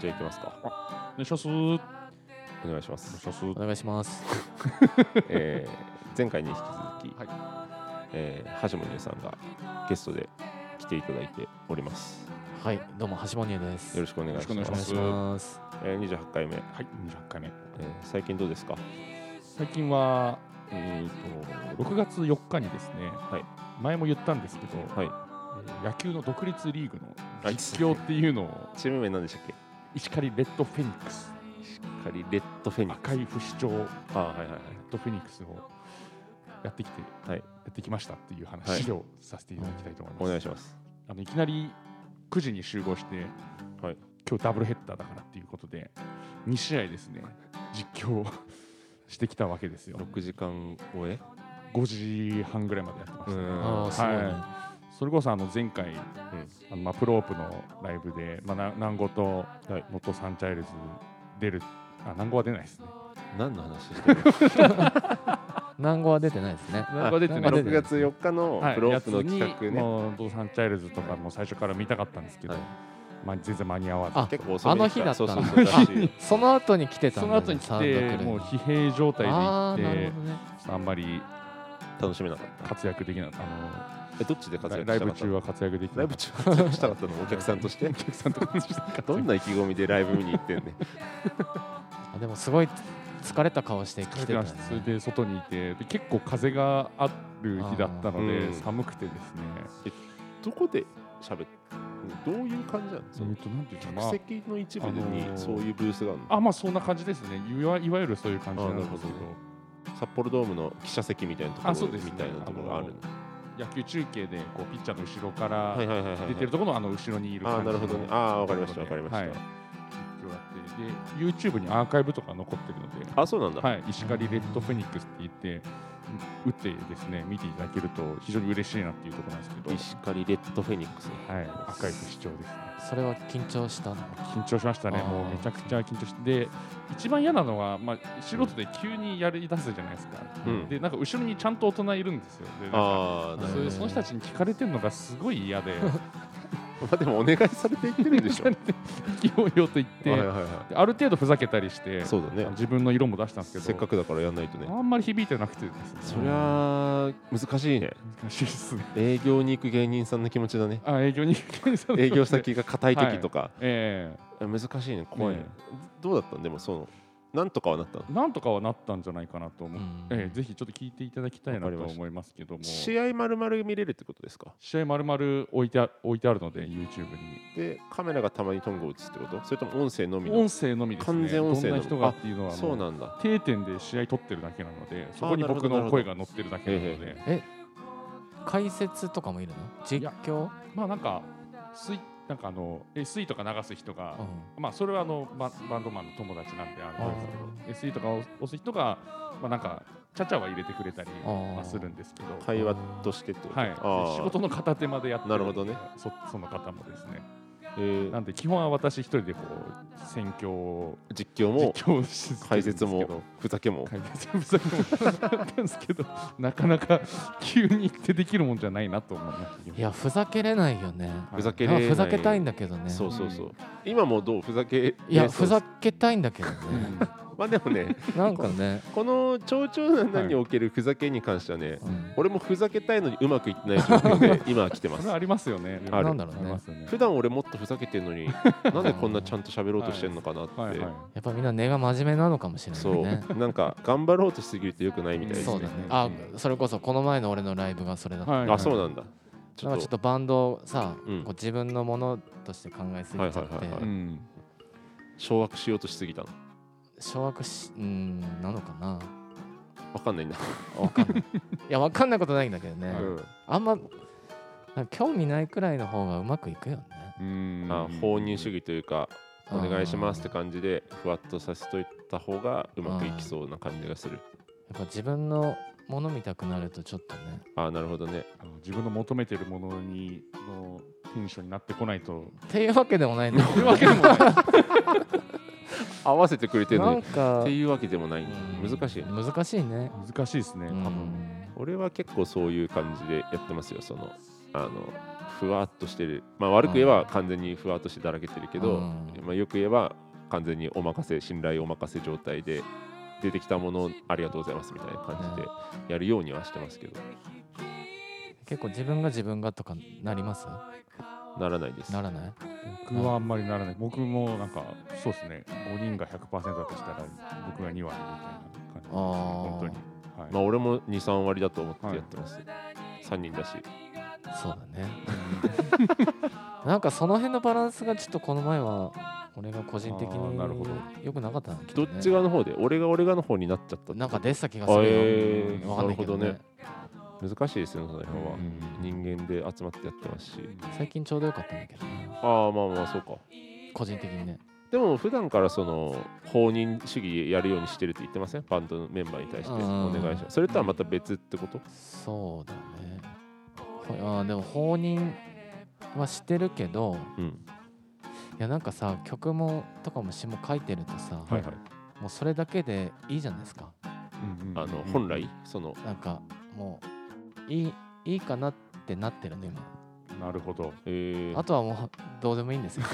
じゃあ行きますかお願いしますお願お願いしますいしますお願いします。えー前回に引き続き、えー橋本さんがゲストで来ていただいております。はい、どうも橋本優です。よろしくお願いしよろましす。くお願いしお願いします。えー28回目、えはい28回目ー最近どうですか？最近はえーと6月4日にですね、い前も言ったんですけど、はい。えー野球の独立リーグのはい実況っていうのをチーム名なんでしたっけ？石狩レッドフェニックスカリレッドフェニック赤い不死鳥レッス。あーはいはいはい。ドフェニックスをやってきて、はいやってきましたっていう話をさせていただきたいと思います。お願いします。あのいきなり9時に集合して、はい今日ダブルヘッダーだからっていうことで2試合ですね実況をしてきたわけですよ6時間超え？ 5時半ぐらいまでやってました、うんああ、すごいね。はそれこそあの前回うん。あのまあプロープのライブで、まあ、な南郷とはいノットサンチャイルズ出るあ南郷は出ないですね何の話して る？南語は出てないですね。南郷は出てあない南郷6月4日のはいプロープの企画やつにね。もうノットサンチャイルズとかも最初から見たかったんですけど、はいまあ、全然間に合わずあ結構遅めにあの日だったそうなそうそうらしいよ。その後に来てたそんのだ、ね。後に来サウンドクルーてにもう疲弊状態で行あっあ、なるてほどね。あんまり楽しめなかった。活躍できなかったあえどっちで活の躍ラしイたかっブた中の？は活躍できなラかイっブた中は活躍したかったのお客さんとしてお。客さんと活躍し たどんな意気込みでライブ見に行ってんね。あでもすごい疲れた顔して来てたよね。それで外にいてで結構風がある日だったのうでん寒くてですね どこで喋ってどういう感じなのそのとなんていう客席の一部あのにーそういうブースがあるの、あまあそんな感じですねいわいわゆるそういう感じなんですけどあなるほ札幌ドームの記者席みたいなとこあそうろですねみたいなところがあるの野球中継でこうピッチャーの後ろかはいらはいはいはい出てるところのあの後ろにいるあ感ーじなのるほどねああーわかりましたわとかこりろましでた、はい実況やってで YouTube にアーカイブとか残ってるのであそうなんだ、はい、石狩レッドフェニックスって言って、打ってですね、見ていただけると非常に嬉しいなっていうところなんです石狩レッドフェニックスけど、はい、赤い不死鳥ですね。それは緊張したの。緊張しましたね、あーもうめちゃくちゃ緊張して、で一番嫌なのは、まあ、素人で急にやり出すじゃないですか、うんでなんか後ろにちゃんと大人いるんですよ、でなんかああなるそほれでその人たちに聞かれてるのがすごい 嫌で、どまあでもお願いされてい ってるんで しょはい勢いよと言って、はいはである程度ふざけたりしてい、そうだね自分の色も出したんですけど、せっかくだからやんないとねあんまり響いてなくてですね、そりゃあ難しいね難しいですね。 営業に行く芸人さんの気持ちだ ねあ営業に営業先が硬い時とか、ええ難しいね怖いねねどうだったんでもそのなんとかはなったのなんとかはなったんじゃないかなと思うう、んええぜひちょっと聞いていただきたいなわとかりました思いますけども試試合まるまる見れるってことですか合まるまる置いてあ置いてあるので YouTube にでカメラがたまにトングを打つってことそれとも音声のみの音声のみですね完全音声どのんみな人がっていうのはもそうなんだ定点で試合取ってるだけなのでそこにあなるほど僕なるのほど声が乗ってるだけなので、えええ解説とかもいるの？実況？まあなんかスイなんかあの SE とか流す人がうん、まあそれはあのババンドマンの友達なんであれですけど SE とかを押す人がまあなんかちゃちゃは入れてくれたりはするんですけど会話としてってことはい、ああ仕事の片手までやってなるほどねそその方もですねえーなんで基本は私一人でこう選挙を実況実も況し続ける解説んですけどもふざけも解説不足もあったんですけどなかなか急に行ってできるもんじゃないなと思いましたいやふざけれないよね。はいふざけいれやないふざけたいんだけどね。そうそうそう今もどうふざけいやねそうふざけたいんだけどね。 まあでもね なんかね。この蝶々なんにおけるふざけに関してはねうん俺もふざけたいのにうまくいってない状況で今来てまそすれはありますよねあるなんだろうありまねす。よね普段俺もっとふざけてる のになんでこんなちゃんと喋ろうとしてるのかなはっいてはいやっぱみんな根が真面目なのかもしれなそいうね。なんか頑張ろうとしすぎるとよくないみたいですそうねだね。あ、それこそこの前の俺のライブがそれだった。はいあそうなんだちなょっんかちょっととバンドをさ、うんこう自分のものとして考えすぎちゃって、はいはいはいはいうん掌握しようとしすぎたの掌握しうんなのかなわかんないんだわかんないいやわかんないことないんだけどね、あんまなんか興味ないくらいの方がうまくいくよねうんあ放任主義義というかお願いしますって感じでふわっとさせといた方がうまくいきそうな感じがするやっぱ自分のもの見たくなるとちょっとねああなるほどね自分の求めてるものにのテンションになってこないとっていうわけでもないんだそういうわけでもない合わせてくれてるなのにんっかていうわけでもないうん難しいね難しいね難しいですね、多う分。ん俺は結構そういう感じでやってますよそのあのふわっとしてる、まあ、悪く言えば完全にふわっとしてだらけてるけど、うんまあ、よく言えば完全にお任せ信頼お任せ状態で出てきたものをありがとうございますみたいな感じでやるようにはしてますけど結構自分が自分がとかなりますならないですならない僕はあんまりならない僕もなんかそうですね5人が100%だとしたら僕が2割みたいな感じですねあー本当に、はいまあ俺も23割だと思ってやってます、3人だしそうだねなんかその辺のバランスがちょっとこの前は俺が個人的あーなるほどによくなかったんだけどど、っね、ち側の方で俺が俺がの方になっちゃったってなんか出てた気がするよ、えーうんわかんないけどねなる難しいですよねその辺は、うん人間で集まってやってますし最近ちょうどよかったんだけどねああまあまあそうか個人的にねでも普段からその放任主義やるようにしてるって言ってませんバンドのメンバーに対してうおん願いしますそれとはまた別ってことそうだねほあーでも放任はしてるけどうんいやなんかさ曲もとかも詞も書いてるとさ、はいはいもうそれだけでいいじゃないですかうんうんあの本来そのなんかもういいいいかなってなってるね今なるほどえーあとはもうどうでもいいんですよ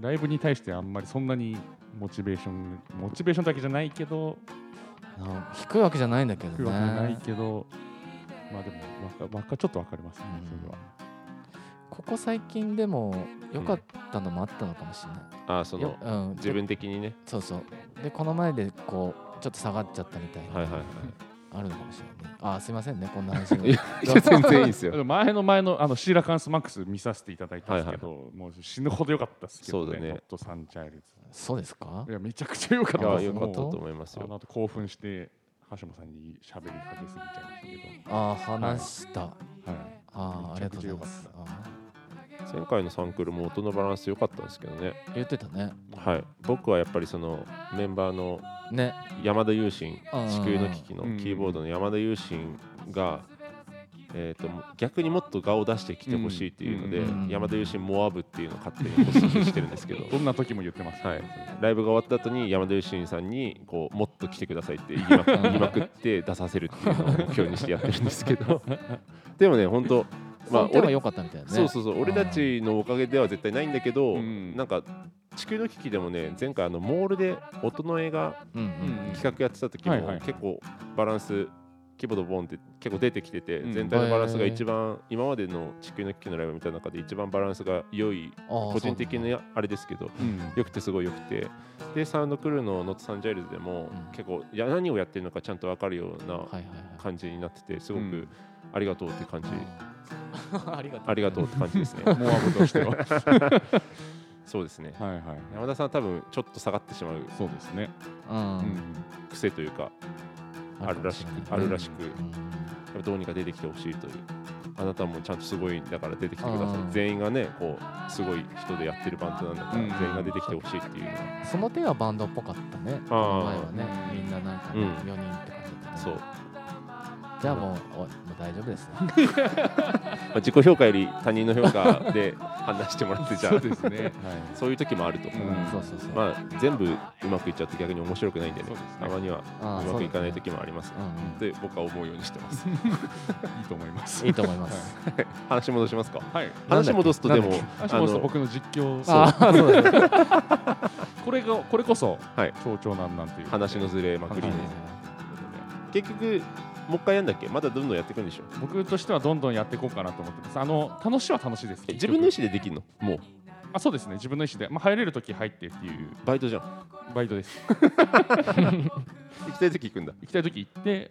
ライブに対してあんまりそんなにモチベーションモチベーションだけじゃないけどなん低いわけじゃないんだけど低いわけじゃないねけどまあでもわかわかちょっとわかりますねそれはここ最近でも良かったのもあったのかもしれない、あーそのようん、自で分的にねそうそうでこの前でこうちょっと下がっちゃったみたいな、はいはいはいあるのかもしれないねあーすいませんねこんな話がいやいや全然いいですでよも前の前のあのシーラカンスマックス見させていただいたんですけど、もう死ぬほど良かったですけどそうだねノットサンチャイルそうですかズいやめちゃくちゃ良かっいたやですよかもっうたと思いますあのよ後興奮して橋本さんに喋りかけすぎちゃいましたあー話した、けど、はい、あーありがとうございますめあ前回のサンクルも音のバランス良かったんですけどねー言ってたねはい僕はやっぱりそのメンバーのね山田優心うん地球の危機のうんキーボードの山田優心が、えー、と逆にもっと顔を出してきてほしいっていうので、うん山田優心モアブっていうのを勝手に発足してるんですけどどんな時も言ってます、はい、ライブが終わった後に山田優心さんにこうもっと来てくださいって言い まくうん言いまくって出させるっていうのを目標にしてやってるんですけ どでもね本当ままああ、俺は良かったみたいなね。そうそうそう俺たちのおかげでは絶対ないんだけど、うんなんか地球の危機でもね前回あのモールで音の映画うんうん。企画やってた時はいはいも結構バランスキーボードボンって結構出てきててうん全体のバランスが一番今までの地球の危機のライブ見た中で一番バランスが良いああ個人的そうなあれですけどうん良くてすごい良くてでサウンドクルーのノットサンジャイルズでもうん結構いや何をやってるのかちゃんと分かるようなだはいは感じになっててすごうくんありがとうって感じいはい。ありがとう。ありがとうって感じですね モアブ としてははいそうですねはい山田さん多分ちょっと下がってしまうそうですね、う。うんん癖というかあるらしくあるらしくやっぱどうにか出てきてほしいというあなたもちゃんとすごいんだから出てきてくださいあー全員がねこうすごい人でやってるバンドなんだから、うん全員が出てきてほしいっていうのがく。その手はバンドっぽかったね。あーこの前はね、みんななんかね、うん4人って感じだったね。そう、。じゃあもう、おもう大丈夫で すね。まあ自己評価より他人の評価で判断してもらってじゃあそそううですね、はいいう時もあると、うんそうそうそう。まあ全部うまくいっちゃって逆に面白くないんでねそうですねたまにはあーうまくいかない時もありますそうだねうんうんで僕は思うようにしてますいいと思いますいいと思います。話戻しますかはい話戻すとでもなんだあ足元との僕の実況ああ、そうですね。これがこれこそ、はい超長なんなんていう話のずれまくりではすい結局もう一回やんだっけまだどんどんやっていくんでしょ僕としてはどんどんやっていこうかなと思ってますあの楽しいは楽しいですえ自分の意思思でできるのもうあそうですね自分の意思で、まあ、入れる時入ってっていうバイトじゃんバイトです行きたい時行くんだ行きたい時行って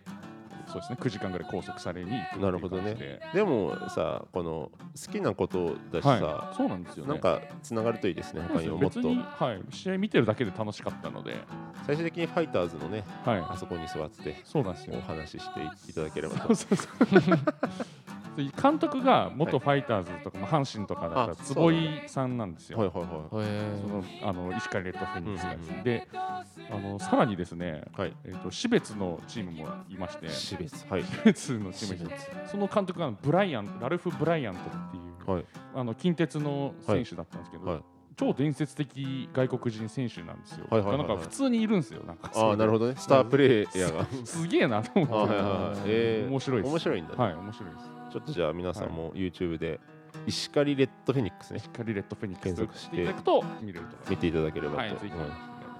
そうですね9時間ぐらい拘束されに行くっていうなるほどね感じででもさこの好きなことだしさ、はいそうなんですよねなんかつながるといいですねそ他うですによももっ別とに、はい、試合見てるだけで楽しかったので、最終的にファイターズのねはあそこに座ってい、そうなんですよお話ししていただければそうとそうそう監督が元ファイターズとか、まあ阪神とかだったらあそう坪なんだ井さんなんですよ、はいはいはへそのあの石川レッドフェニックスがでうすんうんうねであのさらにですね、いはいえー、と私別のチームもいまして私死別はい別のチームーにその監督がブライアンラルフ・ブライアントっていうはいあの近鉄の選手だったんですけど、はい超伝説的外国人選手なんですよ。はいはいはいはいなんか普通にいるんですよ。なんかああなるほほどねスタープレイヤーがど。すげえなと思っあーはて。いはいはいえー面白いです。面白いんだねはい、面白いです。ちょっとじゃあ皆さんも YouTube で石狩レッドフェニックスねしっかりレッドフェニックス検索していただくと見れると思い見ていただければます。と、はい、ぜひうん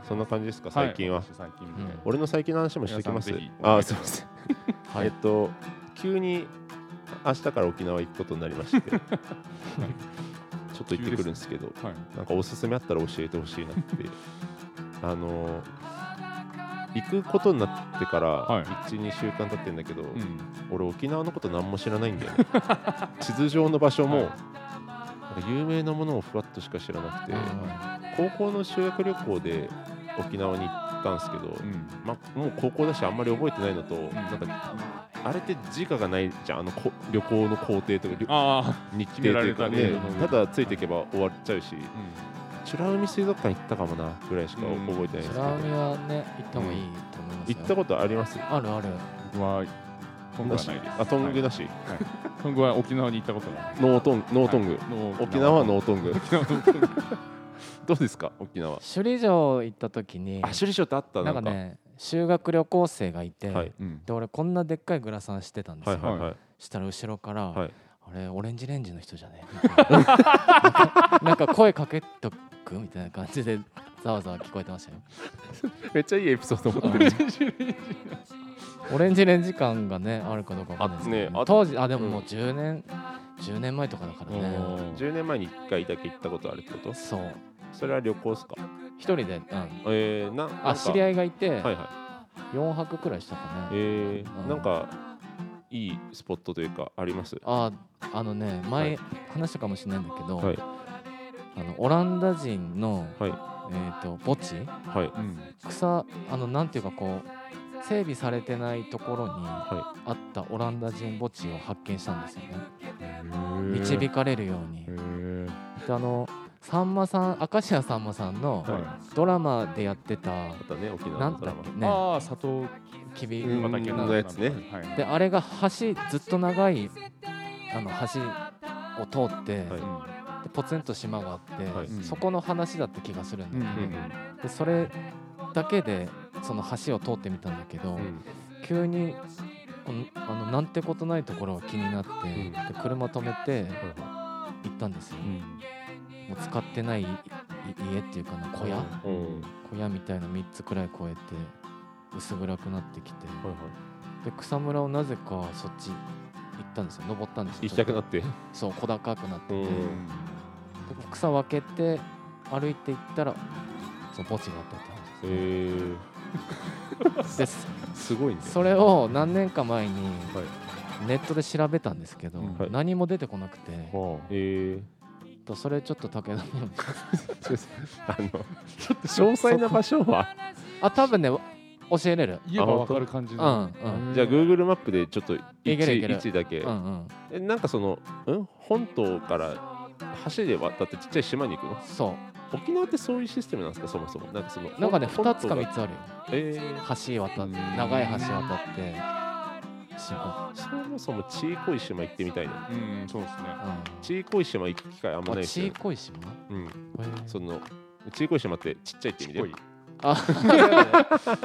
そんな感じですかい最近は、私最近みたいなうん俺の最近の話もしてきます皆さんぜひあーすいません、はえっい。と急に明日から沖縄行くことになりましてちょっと行ってくるんですけどはい。なんかおすすめあったら教えてほしいなってあの行くことになってからはい12、週間経ってんだけど、うん。俺沖縄のこと何も知らないんだよ ね地図上の場所も、はなんか有名なものをふわっとしか知らなくて、うん高校の修学旅行で沖縄に行ったんですけど、うん。まあ、もう高校だしあんまり覚えてないのと、なんかあれって時価がないじゃんあのこ旅行の行程とかりょあ日程というか決めらねれたねただついていけば終わっちゃうしあ。美ら海水族館行ったかもなぐらいしか覚えてないんですけ白ど、波はね行った方がいいと思います行よ。ったことありますあるある。僕はトングはないです。あトングはだし、い。トングは沖縄に行ったことない。ノートンノートング、はいノー沖縄はノートング沖縄のトング。どうですか沖縄首里城行った時にあ首里城ってあったなんかね修学旅行生がいて、はいうん。で俺こんなでっかいグラサンしてたんですはよ。いはいはいしたら後ろから、はいあれオレンジレンジの人じゃねみたいななんか 声かけとくみたいな感じでざわざわ聞こえてましたよ。めっちゃいいエピソード持ってるオレンジレンジ感がねあるかどうかわかんないですけど、あねあ当時あでもうんもう10年、10年前とかだからねおー10年前に1回だけ行ったことあるってことそうそれは旅行っすか一人で、うん、えー、ななんあか知り合いがいてはいはい4泊くらいしたかね、えーうんなんかいいスポットというかありますああのね前は話したかもしれないんだけど、はいあのオランダ人の、はいえー、と墓地はいうん。草あのなんていうかこう整備されてないところにはあったオランダ人墓地を発見したんですよねへー導かれるようへにーであのさんまさん明石家さんまさんのはいはドラマでやってたまたね沖縄なのんドだラっマけい。ねああ、砂糖きキびうん畑のやつねはい。であれが橋ずっと長いあの橋を通っはて、いうんでポツンと島があって、はいそこの話だった気がするんだうよんね、うんでそれだけでその橋を通ってみたんだけど、うん急にこのあのなんてことないところが気になって、んで車止めてはいは行ったんですよ、うんもう使ってないいい家っていうかな小屋、いうん小屋みたいな3つくらい越えて薄暗くなってきて、はいはで草むらをなぜかそっち行ったんですよ登ったんですよい行きたくなちょってっとそう小高くなってて、うんで草分けて歩いて行ったらその墓地があったって話えー、ですすごいねそれを何年か前にはいネットで調べたんですけど、はい何も出てこなくて、はあえー、とそれちょっと武田にあ のちょっと詳細な場所はあ多分ね教えれる言えばわかる感じうんうのんじゃあ Google マップでちょっと位いけるいけ置る位置だけ、うんうんえなんかその、うん、本島から橋で渡ってちっちゃい島に行くのそ沖縄ってそういうシステムなんですかそもそもなんかそのうなんかね本2つか本島3がつあるよえ橋渡っ長い橋渡って島ー、そもそもちいこい島行ってみたいなうんそうですねうちいこい島行く機会あんまんないあですよちいねこい島うんへーそのちいこい島ってちっちゃいって意味でちっこいあ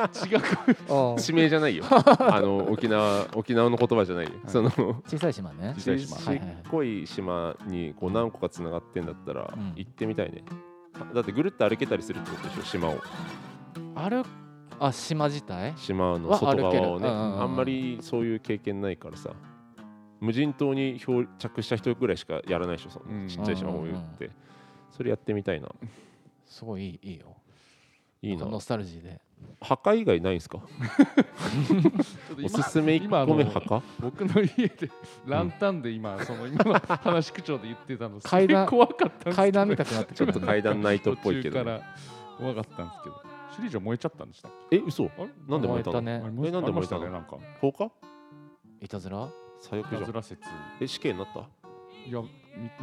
違ううん地名じゃない よあの沖縄沖縄の言葉じゃないよ、いその小さい島ね小ちさっい島はいはいはいこい島にこう何個かつながってんだったらうん行ってみたいね、だってぐるっと歩けたりするってことでしょ島をあるあ島自体島のは外側をね、歩けるうんうんうんあんまりそういう経験ないからさ無人島に漂着した人ぐらいしかやらないでしょそうんのちっちゃい島を言って、それやってみたいなすごいいいいいよいいなノスタルジーで墓以外ないんすかちょっとお今すすめ今1個目あの墓僕の家でランタンで今その今の話口調で言ってたのす階げえ段怖かったんですけど階段見たくなってちょくっとる階段ナイトっぽいけど途中かね、ら怖かったんですけど首里城燃えちゃったんでしたっけえ嘘あれなんで燃えたのねあれえなんで燃えたのありましたね放火いたずら最悪なじゃんかずんら説え死刑になったいやみ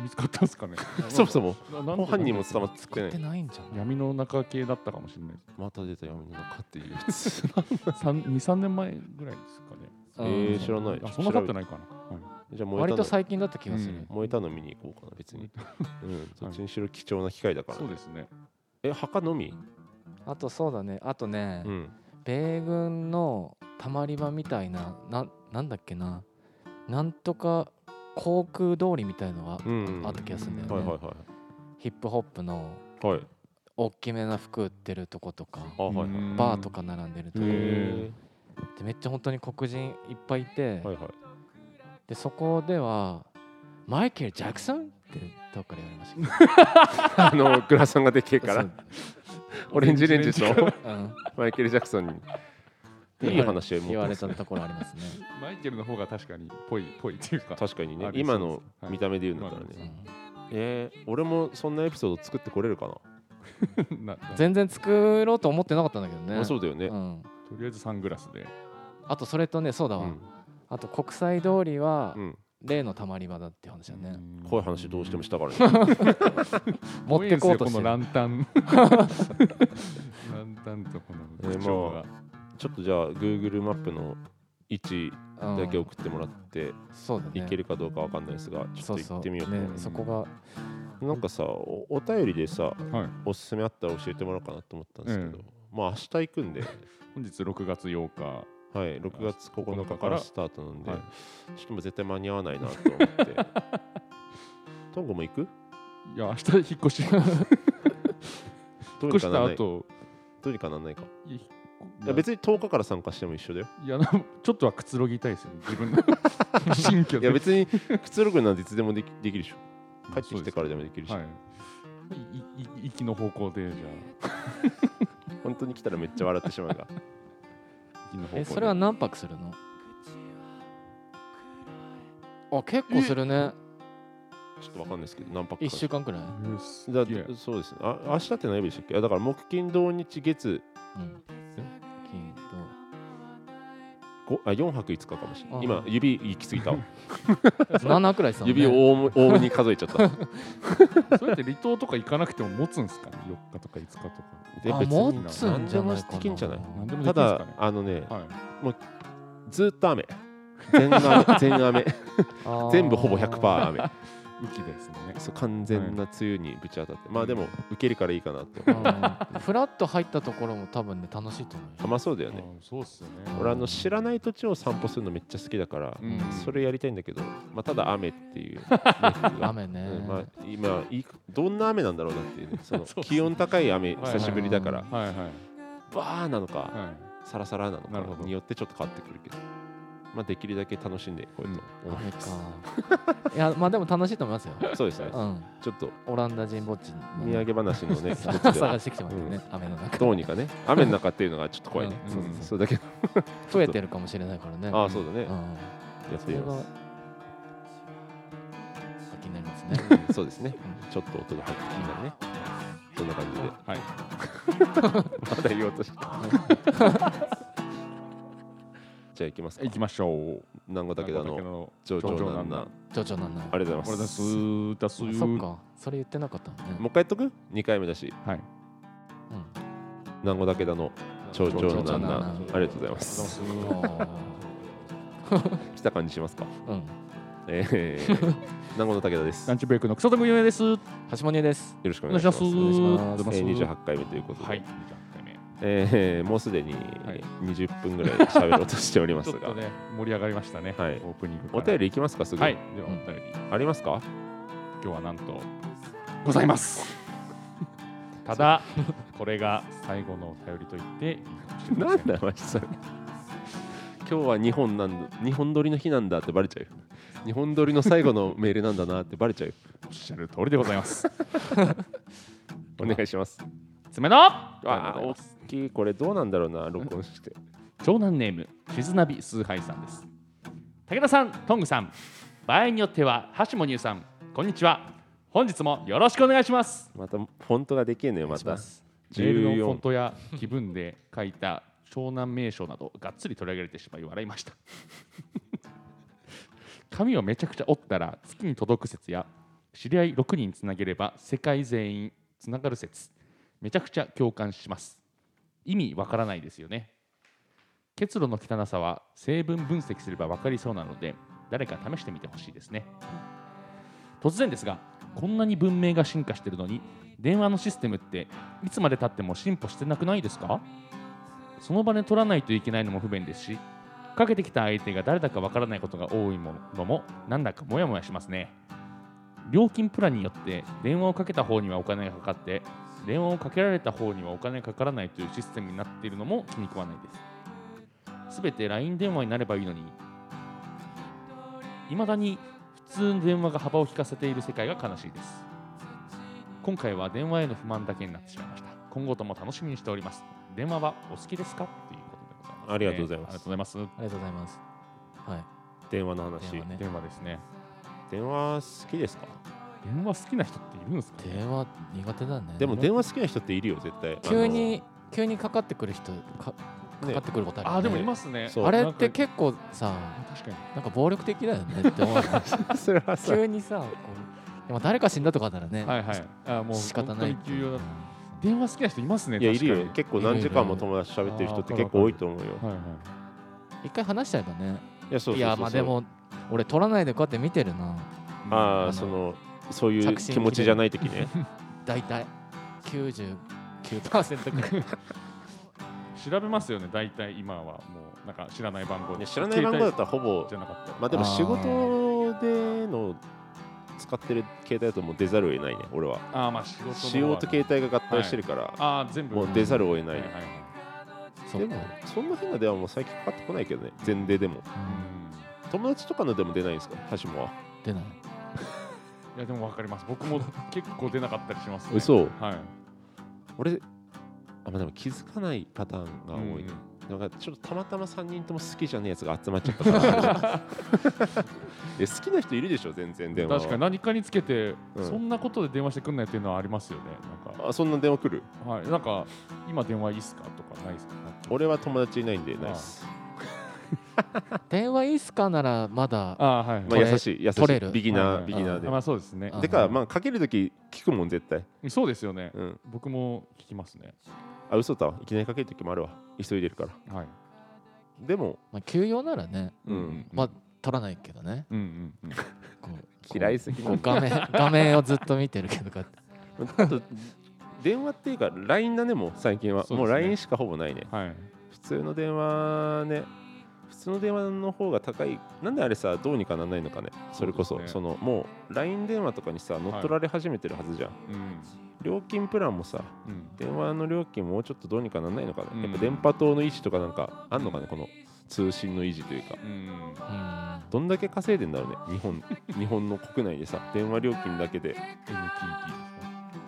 見つかったんです かねそもそもななんで犯人も捕まって作なっていないんじゃない闇の中系だったかもしれないまた出た闇の中っていうやつ23年前ぐらいですかねえー、うん知らないあそんな経ってないかな、はいじゃあ燃割えとたの最近だった気がすうる、ん燃えたの見に行こうかな別に、うん、どっちにしろ貴重な機会だから、そうですね。え墓のみ、あとそうだねあとね、うん、米軍のたまり場みたいなななんだっけななんとか航空通りみたいのがうんあった気がするんだよね、はいはいヒップホップのはいはい大きめな服売ってるとことかあはいはいうんバーと。か並んでるとこへでめっちゃ本当に黒人いっぱいいて、ーはいはいでそこではマイケル・ジャクソンってどっかで言われましたけどあのグラサンがでけえから そうオレンジレンジとうんマイケル・ジャクソンにいい話を持って言われますたところありますね。マイケルの方が確かにぽいぽいっていうか。確かにねあり今そうのですはい見た目で言うんだったらね、まうんえー、俺もそんなエピソード作ってこれるかな、 ななと全然作ろうと思ってなかったんだけどね。あそうだよね、うんりあえずサングラスで。あとそれとねそうだうわ、んあと国際通りはうん、例のたまり場だっていう話だね、怖い話どうしてもししたからね持ってこうことして るのランタン。ランタンとこの口調が。ちょっとじゃあ Google マップの位置うんだけ送ってもらって、そうだね行けるかどうかわかんないですがちょそっうとそ行うってみようと思いねま、すそこがなんかさおお便りでさはい。おすすめあったら教えてもらおうかなと思ったんですけど、まあ明日行くんで本日6月8日。はい、6月9日からスタートなんで、はいちょっともう絶対間に合わないなと思 って。トンゴも行くいや、明 日引っ越し。引っどう越にしかなたらないど後。うにかならないか。いやいや別に10日から参加しても一緒だよ。いやなちょっとはくつろぎたいですよね、自 分の新居いで。や別に くつろぐのはいつでもできできるでしょ。帰ってきてからでもできるし、はい。いいい息の方向で、じゃ本当に来たらめっちゃ笑ってしまうが。あ、息の方向で。えそれは何泊するのあ結構するねちょっとわかんないですけど、何泊か。 1週間くらい、えーすだっげえてそうですね。あ明日って何曜日でしたっけあだから木金土日月うん、金五あ4泊5日かもしれなあい。ー今、指行き過ぎたわ。と7くらいさ、ね、指を多め多めに数えちゃった。そうやって離島とか行かなくても持つんすかね、4日とか5日とか。であ別に持つんじゃな何いでかもでなきんじゃない何でもたできるんすかだね、。あのね、はい、ずーっと雨。全雨、全雨。あー全部ほぼ100%雨。雨季ですね。そう完全な梅雨にぶち当たって。まあでも、受けるからいいかなって思う。うんフラッと入ったところも多分ね楽しいと思うよあまあそうだあよね。ーそうっすよね。俺、あの、知らない土地を散歩するのめっちゃ好きだから、うんそれやりたいんだけど、まあただ雨っていうネックが。雨ね、うんまあ、今いいどんな雨なんだろうなっていうねそのそうっすね気温高い雨はい久しぶりだから、はいはい。バーなのか、はいサラサラなのなるほかどによってちょっと変わってくるけど、まあ、できるだけ楽しんでいこうと思い雨まかす、いやまあでも楽しいと思 いますよ、そうですね、うん、ちょっとオランダ人墓地の土産話のね、一つで探はしてきてもらってね、雨の中どうにかね、雨の中っていうのがちょっと怖いね。うんそううんそうだけど、増えてるかもしれないからねああ、そうだね、うやん、っそてれみがます。気になりますね そうですね、ちょっと音が入ってきたね。そんな感じ で、はい。まだ言おうとした。 じゃあ行きますか行。きましょう。南後だ岳田のの上々々なんな。あちょちょなんなりがとうござ俺いだますす。だすそっかそれ言ってなかったもんもう一回ねやっとく ?2 回目だし、はい。うん南後岳田の上々々ななんんなな。ありがとうございます。来た感じしますかうんえー、南後の武田です。ラよンチブレイクの草田君有名です。お橋本ですろしくお願願いいししま。ますす。願いしますえー、28回目ということで、はい。えーもうすでにい20分ぐらい喋ろうとしておりまちすょっが、とね盛り上がりましたね。はいオープニングから。お便りいきますか、すぐ。はい。ではお便りありますか今日はなんとございます。ただこれが最後のお便りと言っていいかもしれまなせんだよ、マジそれ。今日は2本なんだ、2本撮りの日なんだってバレちゃうよ。2本撮りの最後のメールなんだなってバレちゃうよ。おっしゃる通りでござい ます。お願いします。爪のああ、大きい。これどうなんだろう な、録音して。長男ネームしずなび崇拝さんです武田さんトングさん場合によっては橋もにゅうさんこんにちは本日もよろしくお願いしますまた、フォントができえのよ、また。メールの14フォントや気分で書いた湘南名所などがっつり取り上げられてしまい笑いました 髪をめちゃくちゃ折ったら月に届く説や知り合い6人つなげれば世界全員つながる説めちゃくちゃ共感します意味わからないですよね結露の汚さは成分分析すればわかりそうなので誰か試してみてほしいですね突然ですがこんなに文明が進化してるのに電話のシステムっていつまでたっても進歩してなくないですかその場で取らないといけないのも不便ですしかけてきた相手が誰だかわからないことが多いものもなんだかモヤモヤしますね料金プランによって電話をかけた方にはお金がかかって電話をかけられた方にはお金がかからないというシステムになっているのも気に食わないですすべて LINE 電話になればいいのにいまだに普通の電話が幅を利かせている世界が悲しいです今回は電話への不満だけになってしまいました今後とも楽しみにしております電話はお好きですかということでございます、ありがとうございますありがとうございますありがとうございます。はい。電話の話電話ね電話ですね電話好きですか電話好きな人っているんですかね電話苦手だね。でも電話好きな人っているよ絶対急に急にかかってくる人かねかかってくることあるよね。あでもいますねそうあれって結結構さ、確かになんか暴力的だよねって 思う。あのそれはさ急にさ、こうでも誰か死んだとかならね、はいはい。あもう仕方ない本当に重要だ。電話好きな人いますね。いやいる確よかに結構何時間も友達と喋ってる人って結構多いと思うよはいはい。一回話しちゃえばね。いやそうそうそうそういやまあでも俺取らないでこうやって見てるな。あああのそのそういう着信気持ちじゃない時 ね大体九十九パーセントぐらい。 調べますよね。大体今はもうなんか知らない番号いや知らない番号だったらほぼ携帯じゃなかったら。まあでもあー仕事での使ってる携帯だともう出ざるを得ないね俺はあーまあ仕事のは仕様と携帯が合体してるから、あー全部もう出ざるを得な、はいいはいはい。そでうもそんな変な電話も最近かかってこないけどね全例でもうん友達とかのでも出ないんですか橋本は出ない。いやでもわかります。僕も結構出なかったりしますね。嘘はい。俺あまあでも気づかないパターンが多いね、うんなんかちょっとたまたま3人とも好きじゃねえやつが集まっちゃったからいや好きな人いるでしょ全然電話は確かに何かにつけてうんそんなことで電話してくんないっていうのはありますよね。なんかあそんな電話来るはいなんか今電話いいっすかとかないっすか。俺は友達いないんでないっす電話いいっすかならまだあーはい。まあ、取れ優しい優し取れいるビギはいナはーいビギナーであまあそうですねあ。てか、まあ、かけるとき聞くもん、絶対。そうですよね。うん。僕も聞きますね。あ、嘘だわ。いきなりかけるときもあるわ。急いでるから。はい。でも、まあ休養ならねうんまあ取らないけどね。うんうんうん。こう嫌いすぎこなうんだ画面 画面をずっと見てるけどこうやってあと電話っていうか、LINE だね、もう最近は。そうですねもう LINE しかほぼないね。はい。普通の電話ね。普通の電話の方が高い。なんであれさ、どうにかならないのかね。それこそ、そうそ,、ですねの、もう LINE 電話とかにさ、乗っ取られ始めてるはずじゃん。うん料金プランもさ、うん。電話の料金もうちょっとどうにかならないのかね。うんやっぱ電波塔の維持とかなんか、あんのかね、この通信の維持というか。うん。うんどんだけ稼いでんだろうね日本日本の国内でさ電話料金だけで NTT ですね。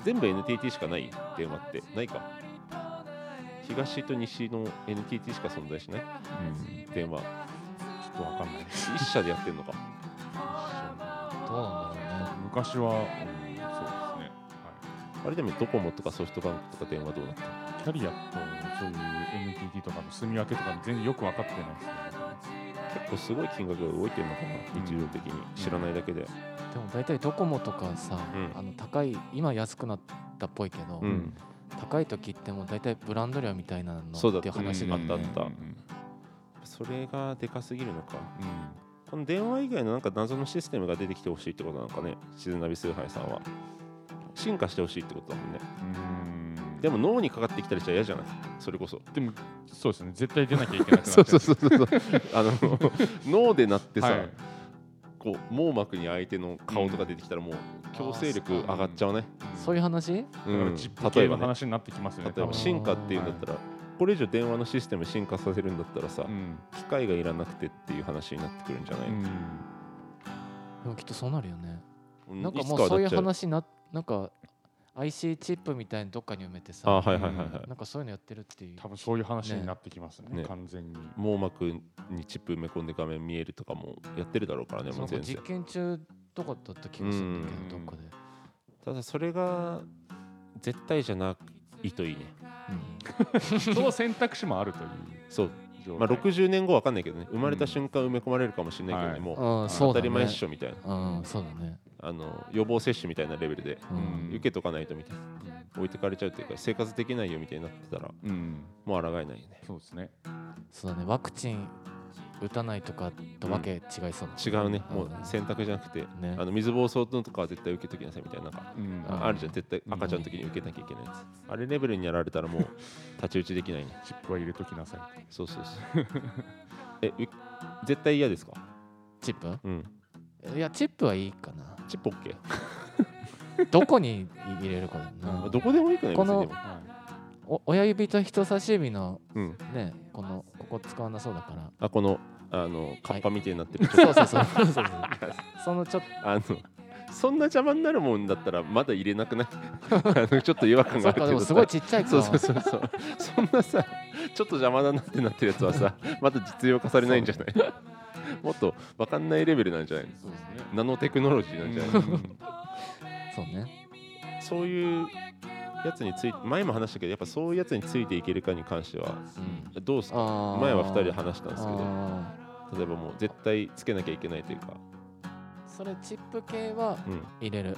全部 NTT しかない電話ってないか東と西の NTT しか存在しないうん。電話ちょっとわかんないです。一社でやってんのかどうなんだろうね昔は、うん、そうですね。はあれでもドコモとかソフトバンクとか電話どうなったい。キャリアとそういう NTT とかの住み分けとかも全然よく分かってないですね。結構すごい金額が動いてるのかな日常的に知らないだけででも大体ドコモとかさ、うんあの高い今安くなったっぽいけど、うん高い時ってもう大体ブランド料みたいなのそうだっていうう話んがああっったたああっったた、うんそれがでかすぎるのかうんこの電話以外のなんか謎のシステムが出てきてほしいってことなのかねシズナビスーハイさんは進化してほしいってことだもんねうんでも脳にかかってきたりしたら嫌じゃないそれこそ。でもそうですね。絶対出なきゃいけなくなっちゃう。う そうそう。あの脳でなってさ、はい。こう網膜に相手の顔とか出てきたらもう強制力上がっちゃうね。そういう話うだかんらチップ例え系ばのね、話になってきますよね。例え多ば分進化っていうんだったら、これ以上電話のシステム進化させるんだったらさ、うん。機械がいらなくてっていう話になってくるんじゃなうい？ん。でもきっとそうなるよね、うんなんかもうそういう。つかはなっち話ななんか IC チップみたいにどっかに埋めてゃうあさはいはいはいはい。なんかそういうのやってるっていう多分そういう話になってきますねね。完全に。網膜にチップ埋め込んで画面見えるとかもやってるだろうからねそもうの全然実験中とかだった気がするんだけどうんどっかで、ただそれが絶対じゃないといいねその選択肢もあるというそう状態。まあ、60年後わかんないけどね生まれた瞬間埋め込まれるかもしれないけどね、うんもううん、そ当うただりね前っしょみたいな、うんそうだねあの予防接種みたいなレベルでうん、うん受けとかないとみたいな置いてかれちゃうっていうか生活できないよみたいになってたらうん、もう抗えないよねそうですね。そうだねワクチン打たないとかとわけ違いそうな、違うねもうあー選択じゃなくてねあの水暴走のとかは絶対受けときなさいみたいななんかうんあーあるじゃん絶対うん赤ちゃんの時に受けなきゃいけないやつあれレベルにやられたらもう太刀打ちできないねチップは入れときなさいそうそうそう えう絶対嫌ですかチップうんいやチップはいいかなチップ OK、どこに入れるかだまあなどこでもいいくないこの別にでもお親指と人差し指のうんねこのここ使わなそうだからあこのあのカッパみたいになってる、そ うそうそうそうそうそうそのちょっあのそんな邪魔になるもんだったらまだ入れなく ないあのちょっと違 和と感そがあるっけかどでもすごいちっちゃいかそうそうそうそうそんなさちょっと邪魔だなってなってるやつはさまだ実用化されないんじゃないもっと分かんないレベルなんじゃないそうですねナノテクノロジーなんじゃないそうねそういうやつについて前も話したけどやっぱそういうやつについていけるかに関してはうんどうっすかあー前は2人で話したんですけどあ例えばもう絶対つけなきゃいけないというか、ーそれチップ系はうん、入れる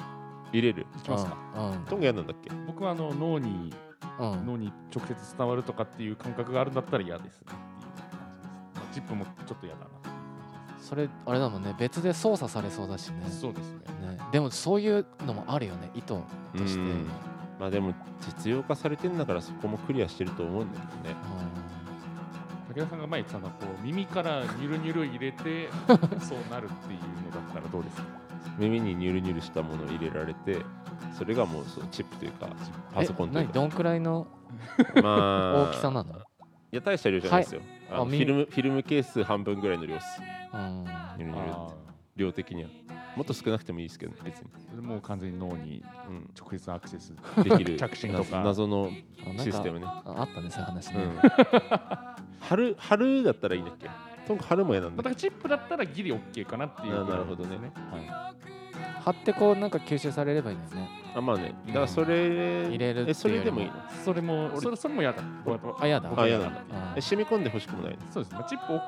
入れるいきますかうんトング嫌なんだっけ僕はあの脳にうんうん脳に直接伝わるとかっていう感覚があるんだったら嫌ですねチップもちょっと嫌だなそれあれだもんね別で操作されそうだしねそうですねねでもそういうのもあるよね意図としてうんまあでも実用化されてんだからそこもクリアしてると思うんだけどねあ武田さんが前言ってたのはこう耳からニュルニュル入れ てそうなるっていうのだったらどうですか耳にニュルニュルしたものを入れられてそれがもうそうチップというかーパソコンえという何かどんくらいのまあ大きさなのいや大した量じゃないですよ、あのあフみィルムフィルムケース半分ぐらいの量っすうんニュルニュルってあ量的にはもっと少なくてもいいですけどね別に、ーもう完全に脳に うん、直接アクセスできる着信とか謎のあなんシかステムね、ああったねそういう話うね、ん、春春だったらいいんだっけとにかく春も嫌なんまあだだからチップだったらギリ OK かなっていうあぐらないるほどねですはい貼ってこうなんか吸収されればいいんですねあまあねだからそれ入れるっていうよえりもそれでもいいそれも俺それそれも嫌だこうやってあやだあ嫌だあえ染み込んでほしくもないそうですねチップを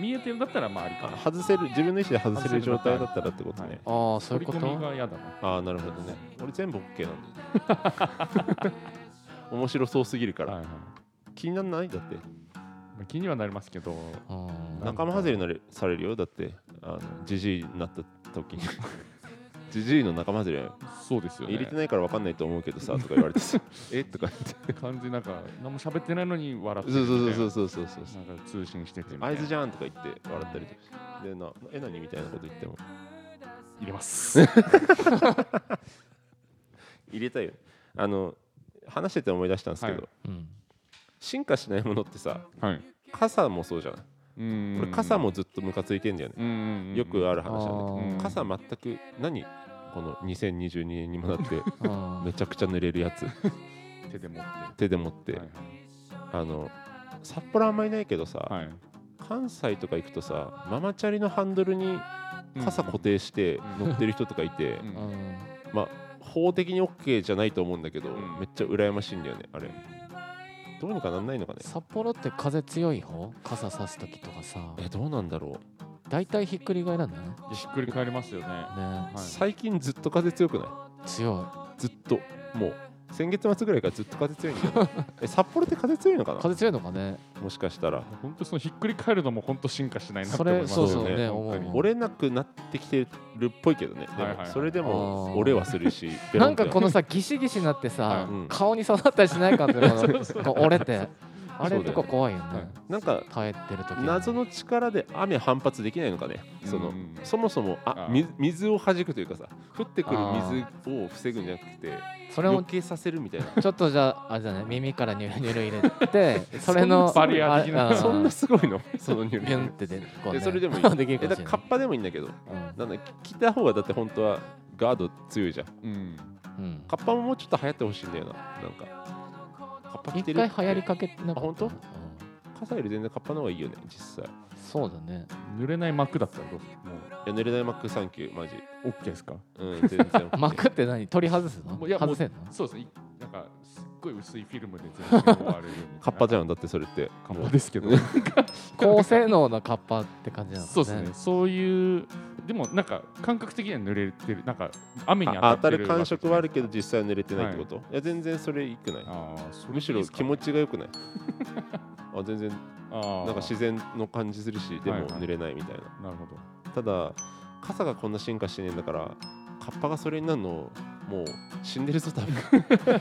見えてるんだったらまあありかあな外せる自分の意思で外せる状態だったらってことね、はいあーそうい取りうこ込みとが嫌だなああなるほどね俺全部 OK なんだよ面白そうすぎるから、はいはいま気にならないだってあ気にはなりますけどうんなんか仲間外れなれされるよだってあのジジイになった時にジジイの仲間外れそうですよ入れてねないから分かんないと思うけどさとか言われてさえとか言って感じなんか何も喋ってないのに笑ってそるうみたいなそうそうそうそうそうそうなんか通信しててみたい合な図じゃんとか言って笑ったりとかしてでなえ何みたいなこと言っても入れます は入れたいよあの話してて思い出したんですけど、はいうん進化しないものってさい傘もそうじゃないこれ傘もずっとムカついてんだよね、よくある話なんだけどうん傘全く何この2022年にもなって あめーちゃくちゃ濡れるやつ手で持って手で持って、はいあの札幌あんまりないけどさ、はいはい関西とか行くとさママチャリのハンドルに傘固定してうん乗ってる人とかいて、うんうんまあ法的に OK じゃないと思うんだけど、んめっちゃ羨ましいんだよねあれどうにかなんないのかね札幌って風強い方傘さす時とかさえどうなんだろ大体ひっくり返らないひっくり返りますよねはねう、い最近ずっと風強くない強ずっともう先月末ぐらいからずっと風強いんだよねえ札幌って風強いのかいな風強いのかねもしかしたら本当そのひっくり返るのも本当進化しないなってそ思いれますそうそそううねね思う本思う折れなくなってきてるっぽいけどね、でもはいはいはいそれであもー折れはするし、ペロなンっんてかこのさギシギシなってはいさ、うん顔に刺さったりしないかっていうの がこう折れてあれとか怖いよそうだよねねなんか耐えてる時謎の力で雨反発できないのかね、そのうんそもそもああー水水を弾くというかさ、降ってくるあ水を防ぐんじゃなくて、それ避もけさせるみたいな、ちょっとじゃああれじゃない耳からニュルニュル入れ てそれのそんなバリア的なあれそんなすごいの、そのニュビュンーってでこう、でね、それでもいいできるえかもだからしれなカいッパでもいいんだけど、うんなんだ着た方がだって本当はガード強いじゃん、うんうんカッパももうちょっと流行ってほしいんだよな、なんか、カッパ着て一る回流行りかけてなかったあ本当うん傘より全然カッパの方がいいよね、実際。いそうだね濡れない膜だったらどうするもや、濡れないマックサンキュー、マジ。う OK ですかうん、全然 OK。巻くって何取り外すのもういやも外うせんのそうですねいなんかすっごい薄いフィルムで全部覆われるみたいなカッパじゃんだってそれってカッパですけどもう高性能なカッパって感じなんですねそうですねそういうでもなんか感覚的には濡れてるなんか雨にあ当当たたってるる感触はあるけどわ実際は濡れてないってこと、い、や全然それいくないけじゃないあーそれむしろ気持ちが良くないあ全然ななんか自然の感じするしではいもはい濡れないみたいな、なるほたどだ傘がこんな進化してねえんだからカッパがそれになるのもう死んでるぞ多分いや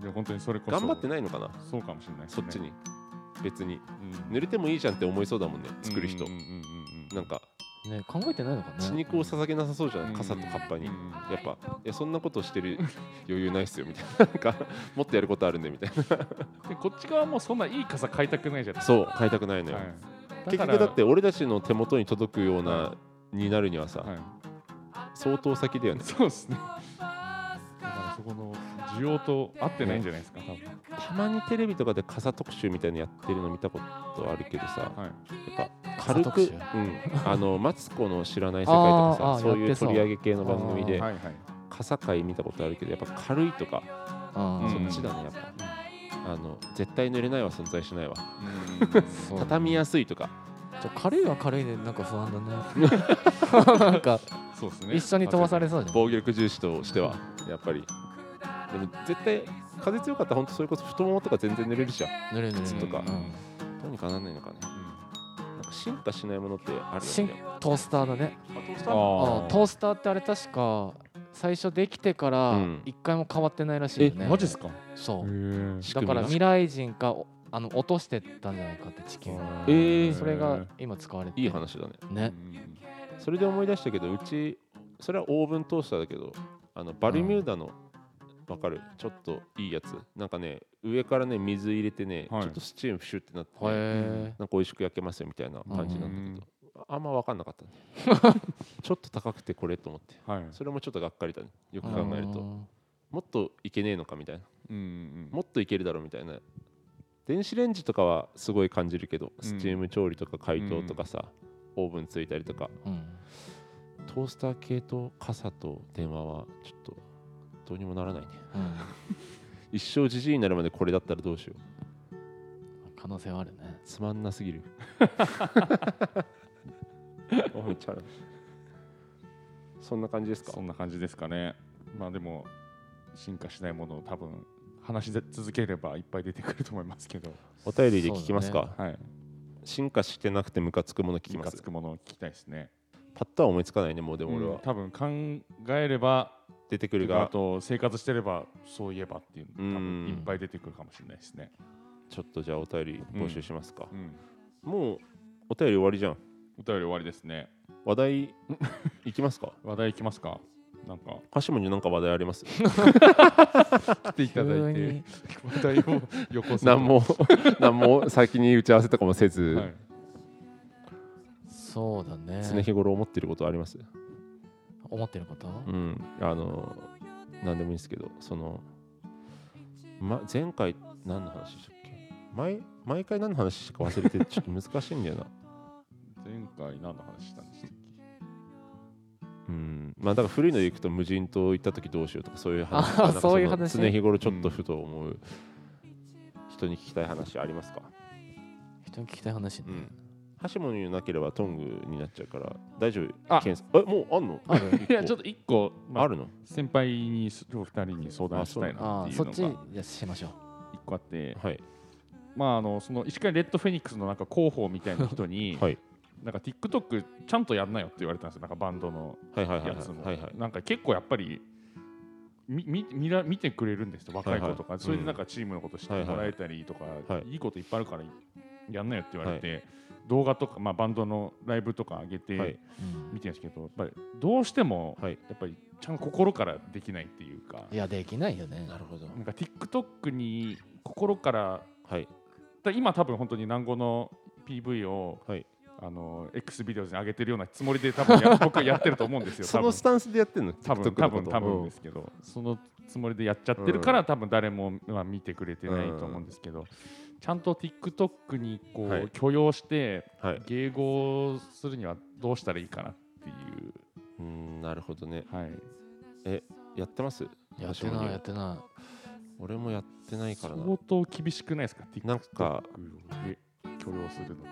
でも本当にそれこそ頑張ってないのかなそうかもしれないですそねっちに別にうん濡れてもいいじゃんって思いそうだもんね作る人うんうんうんうんうんなんかね考えてないのか血ね肉を捧げなさそうじゃない傘とカッパにうんうんやっぱいやそんなことして る余裕ないっすよみたいな なんかもっとやることあるんでみたいでこっち側もそんないい傘買いたくないじゃなないそう買いたくないのよ、はい結から局だって俺たちの手元に届くような、はになるにはさ、はい相当先だよねそうですねだからそこの需要と合ってないんじゃないですか、たまにテレビとかで傘特集みたいなのやってるの見たことあるけどさ多分はいやっぱ軽く、う傘特集ん、 あのマツコの知らない世界とあーかあさーそうやっいてうそう取り上げ系の番組ではいはい傘会見たことあるけどやっぱ軽いとかあうそんっちだねやっぱあの絶対濡れないは存在しないわうん畳みやすいとかーじゃあ軽いは軽いでなんか不安だねなんかそうですね一緒に飛ばされそうじゃん防御力重視としてはやっぱりでも絶対風強かったら本当それこそ太ももとか全然濡れるじゃん濡れる靴濡とれかるうんどうにかなんないのかねなんか進化しないものってあるしよんねトースターだねああートースターってあれ確か最初できてからうん一回も変わってないらしいよね、マジですかへそうえ仕だ組みからが未来人かおあの落としてったんじゃないかって地球にえーそれが今使われていい話だねねそれで思い出したけどうちそれはオーブントースターだけどあのバルミューダのわかるちょっといいやつなんかね上からね水入れてね、はいちょっとスチームプシュってなってへね、えなんか美味しく焼けますよみたいな感じなんだけど、あんま分かんなかったね ちょっと高くてこれと思ってはいそれもちょっとがっかりだねよく考えるともっといけねえのかみたいなうんうんもっといけるだろうみたいな電子レンジとかはすごい感じるけどんスチーム調理とか解凍とかさ、オーブンついたりとかうんトースター系と傘と電話はちょっとどうにもならないねうん一生じじいになるまでこれだったらどうしよう可能性はあるねつまんなすぎるおめっちゃあるそんな感じですかそんな感じですかねまあでも進化しないものを多分話し続ければいっぱい出てくると思いますけどお便りで聞きますか、はい進化してなくてムカつくもの聞き気まがすつくものを聞きたいですねパッとは思いつかないねもうでも俺は、うん多分考えれば出てくるあがと生活してればそういえばっていう多うん分いっぱい出てくるかもしれないですねちょっとじゃあお便り募集しますか、うんもうお便り終わりじゃんお便り終わりですね話 題いきますか話題いきますかなんか橋本に何か話題あります 来ていただい急てに 話題をよこせ何も何も先に打ち合わせとかもせず、はいそうだね常日頃思ってることあります思ってることうんあの何でもいいんですけどその、ま、前回何の話したっけ毎毎回何の話したか忘れてちょっと難しいんだよな 前回何の話したんでしたっうんまあだから古いのでいくと無人島行った時どうしようとかそういう話あーとかなんかそういうの話常日頃ちょっとふと思う人に聞きたい話ありますか人に聞きたい話ね、うん箸もになければトングになっちゃうから大丈夫あ検査え もうあんのあるけいやちょっと一個、まああるの先輩にす今日二人に相談したいなあってーいそうっのちがいやしましょう一個あってはいまああのその石川レッドフェニックスのなんか広報みたいな人 に、はいなんか TikTok ちゃんとやんなよって言われたんですよなんかバンドのはいはいはいやはいつも、はいはいなんか結構やっぱりみみ見ら見てくれるんですよ若い子とか、はいはいそれでなんかチームのこと知ってもらえたりとか、いはいはいい、こといっぱいあるからやんなよって言われて、動画とか、まあ、バンドのライブとか上げはていうん見てるんですけど、やっぱりどうしても、はいやっぱりちゃんと心からできないっていうかいやできないよねるほどなんか TikTok に心からはいだ今多分本当に南語の PV を、はいあの X ビデオに上げてるようなつもりで多 分や僕はやってると思うんですよそ多の分スタンスでやってんの多分 TikTok 多のこ分と多分ですけどそのつもりでやっちゃってるから、多分誰も、まあ、見てくれてないと思うんですけど、ちゃんと TikTok にこう、はい許容してうんはい迎合するにはどうしたらいいかなっていううんなるほどねはいやってますやって橋本なにいやっはてない俺もやってないからな相当厳しくないですかなんか TikTok で許容するの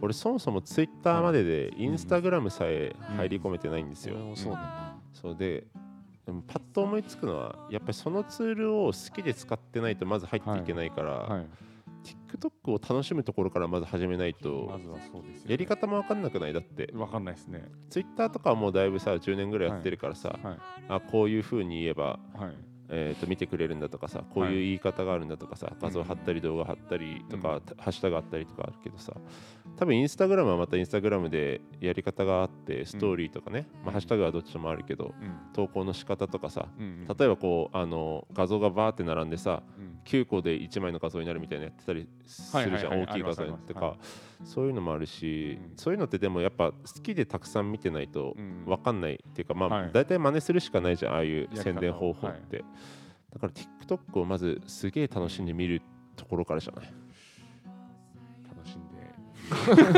俺そもそもツイッターまででインスタグラムさえ入り込めてないんですよ、俺もそうだなそうででもパッと思いつくのはやっぱりそのツールを好きで使ってないとまず入っていけないから、はい TikTok を楽しむところからまず始めないまとずはそうですよねやり方も分かんなくないだってわかんないですね Twitter とかはもうだいぶさ10年ぐらいやってるからさ、はあこういう風に言えば、いはいえー、と見てくれるんだとかさこういう言い方があるんだとかさ画像貼ったり動画貼ったりとか、ハッシュタグあったりとかあるけどさ多分インスタグラムはまたインスタグラムでやり方があってストーリーとかね、まあ、ハッシュタグはどっちでもあるけどうん投稿の仕方とかさうん例えばこうあの画像がバーって並んでさうん9個で1枚の画像になるみたいなやってたりするじゃん、はいはいはい大きい画像ありにますとあかりそういうのもあるし、うんそういうのってでもやっぱ好きでたくさん見てないとうん分かんないっていうか、まあはい大体真似するしかないじゃんああいうやり方を宣伝方法って、だから TikTok をまずすげえ楽しんで見るところからじゃない楽しん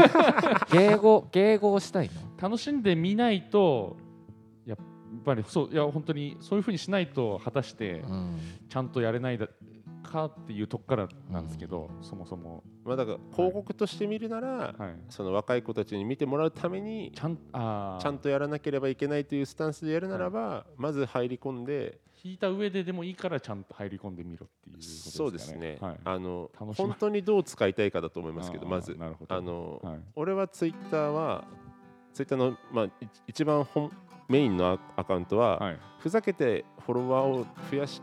で敬語敬語をしたいの楽しんでみないとやっぱりそういや本当にそういうふうにしないと果たしてうんちゃんとやれないだかっていうとこからなんですけど、そもそも、まあだから広告として見るなら、はい、その若い子たちに見てもらうためにちゃんあーちゃんとやらなければいけないというスタンスでやるならば、まず入り込んで引いた上ででもいいからちゃんと入り込んでみろっていうことですかねそうですね、はい、あの楽しむ本当にどう使いたいかだと思いますけどあーまずなるほどあの、はい俺はツイッターはツイッターの、まあ、い一番本メインのアアカウントは、はいふざけてフォロワーを増やし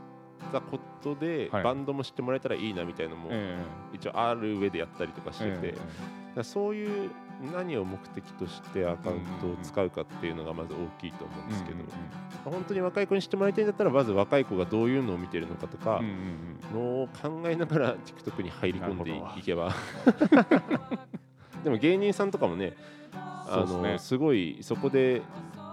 たことで、はいバンドも知ってもらえたらいいなみたいなのも、え一応ある上でやったりとかしてて、えええだからそういう何を目的としてアカウントを使うかっていうのがまず大きいと思うんですけど、本当に若い子に知ってもらいたいんだったらまず若い子がどういうのを見てるのかとか、うんうんうんのを考えながら TikTok に入り込んでなるほどいけば でも芸人さんとかもねあそうのですねすごいそこで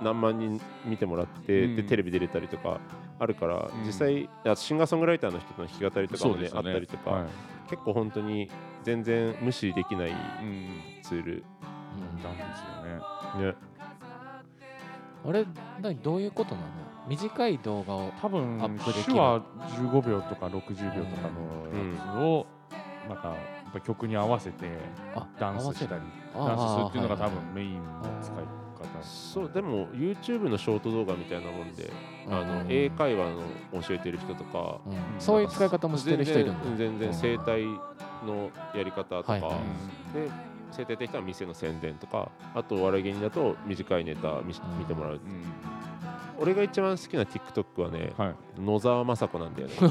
何万人見てもらって、うんでテレビ出れたりとかあるから、うん実際あシンガーソングライターの人との弾き語りとかそもうでねあすよったねりとか、はい結構本当に全然無視できないうんうんツール、うんなんですよねね、あれ何どういうことなの短い動画を多分アップできる手話15秒とか60秒とかのやつを、なんかやっぱ曲に合わせてあダン合わスせしるたりあダンスするっていうのがは多分メインの使い方そうでも YouTube のショート動画みたいなもんで、はいはいあうのん英会話の教えてる人とか、うんそういう使い方もしてる人いるんだ全然全然生態のやり方とか、はいはいで生態的な店の宣伝とかあとお笑い芸人だと短いネタ見しうん見てもらう、うんうん俺が一番好きな TikTok はねはい野沢雅子 なんだよねああ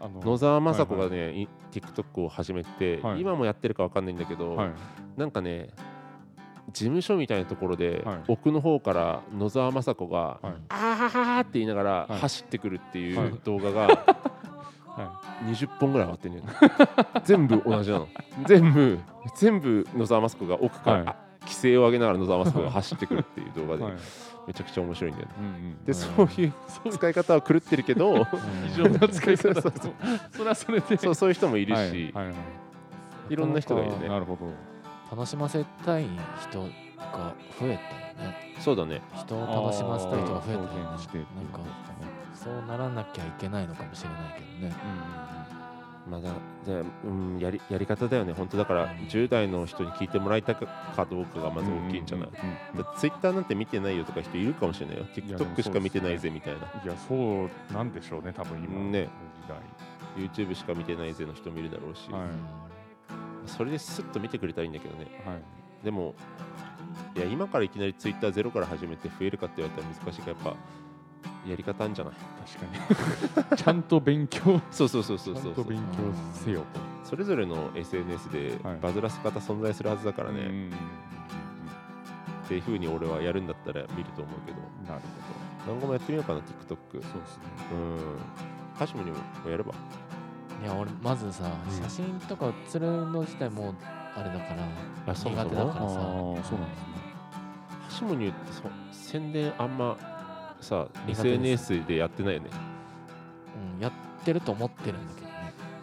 あの野沢雅子がね、い TikTok を始めて、はい今もやってるかわかんないんだけど、はいなんかね事務所みたいなところで、はい奥の方から野沢雅子がはい「あーははは」って言いながらはい走ってくるっていはいう動画が、 は20本ぐらい上がってんね全部同じなの全部全部野沢雅子が奥から、はいあ規制を上げながら野沢雅子が走ってくるっていう動画いではいめちゃくちゃ面白いんだよね、うんうん でうんそういう 使い方は狂ってるけど非常な使いそう方そうだそとそれはそれで そうそういう人もいるし、はいいはいはいろんな人がいるねなるほど楽しませたい人が増えたよねそうだね人を楽しませたい人が増えたよね表現してってないうことんでかすかねそうならなきゃいけないのかもしれないけどねうんうんまあだじゃあうん、やりやり方だよね本当だから10代の人に聞いてもらいたかどうかがまずうん大きいんじゃない、ううんうんだツイッターなんて見てないよとか人いるかもしれないよやでもそうで TikTok すしか見てないぜみたいな、いやそうなんでしょうね多分今の時ね代、 YouTube しか見てないぜの人もいるだろうし、はいそれでスッと見てくれたらいいんだけどねはいでもいや今からいきなりツイッターゼロから始めて増えるかって言われたら難しいからやっぱやり方あんじゃない確かに ちゃんと勉強そうそうそうそうちそゃうんと勉強せよそれぞれの SNS ではいバズらせ方存在するはずだかとらうんうんね、っていうふうに俺はやるんだったら見ると思うけどうんなる何個もやってみようかな TikTok ほどそうですねうんハシムにもやればいや俺まずさうん写真とか写るの自体もうあれだからあそうな苦手だのかハらさあーそうなんですねシムにってそ宣伝あんまさ苦手です SNS でやってないよねうんやってると思ってるんだけどね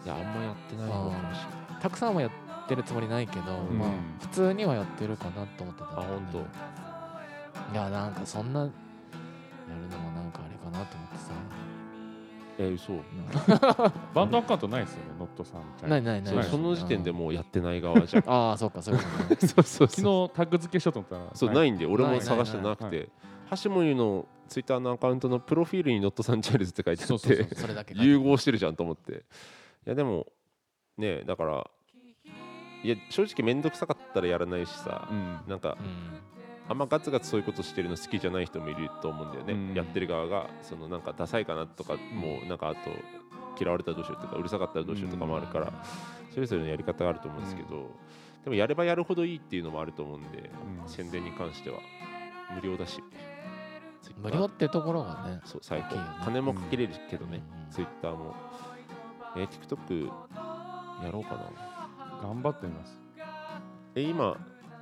いやあんまやってない方かもしれないたくさんはやってるつもりないけど、んまあ普通にはやってるかなと思ってたあ本当いやなんかそんなやるのもなんかあれかなと思ってさえー、そうバンドアカウントないですよね、ノットさんみたいない な。ないないそなういその時点でもうやってない側じゃんああそっかそういうことねそうそう昨日タッグ付けしようと思ったら、そういないんで俺なもい探してなくないなて橋森のツイッターのアカウントのプロフィールに「ノットサンチャイルズ」って書いてあそうっそうそうてそれだけ書いて融合してるじゃんと思っていやでもねだからいや正直面倒くさかったらやらないしさう、んなんかうんあんまガツガツそういうことしてるの好きじゃない人もいると思うんだよね、うんやってる側がそのなんかダサいかなとか、もうなんかあと嫌われたらどうしようとかうるさかったらどうしようとかもあるから、それぞれのやり方があると思うんですけど、でもやればやるほどいいっていうのもあると思うんで、うん宣伝に関しては無料だし無料 Twitter ってところがねそう最大き高いよね金もかけれるけどね、うん Twitter もえー TikTok やろうかな頑張ってみます。え今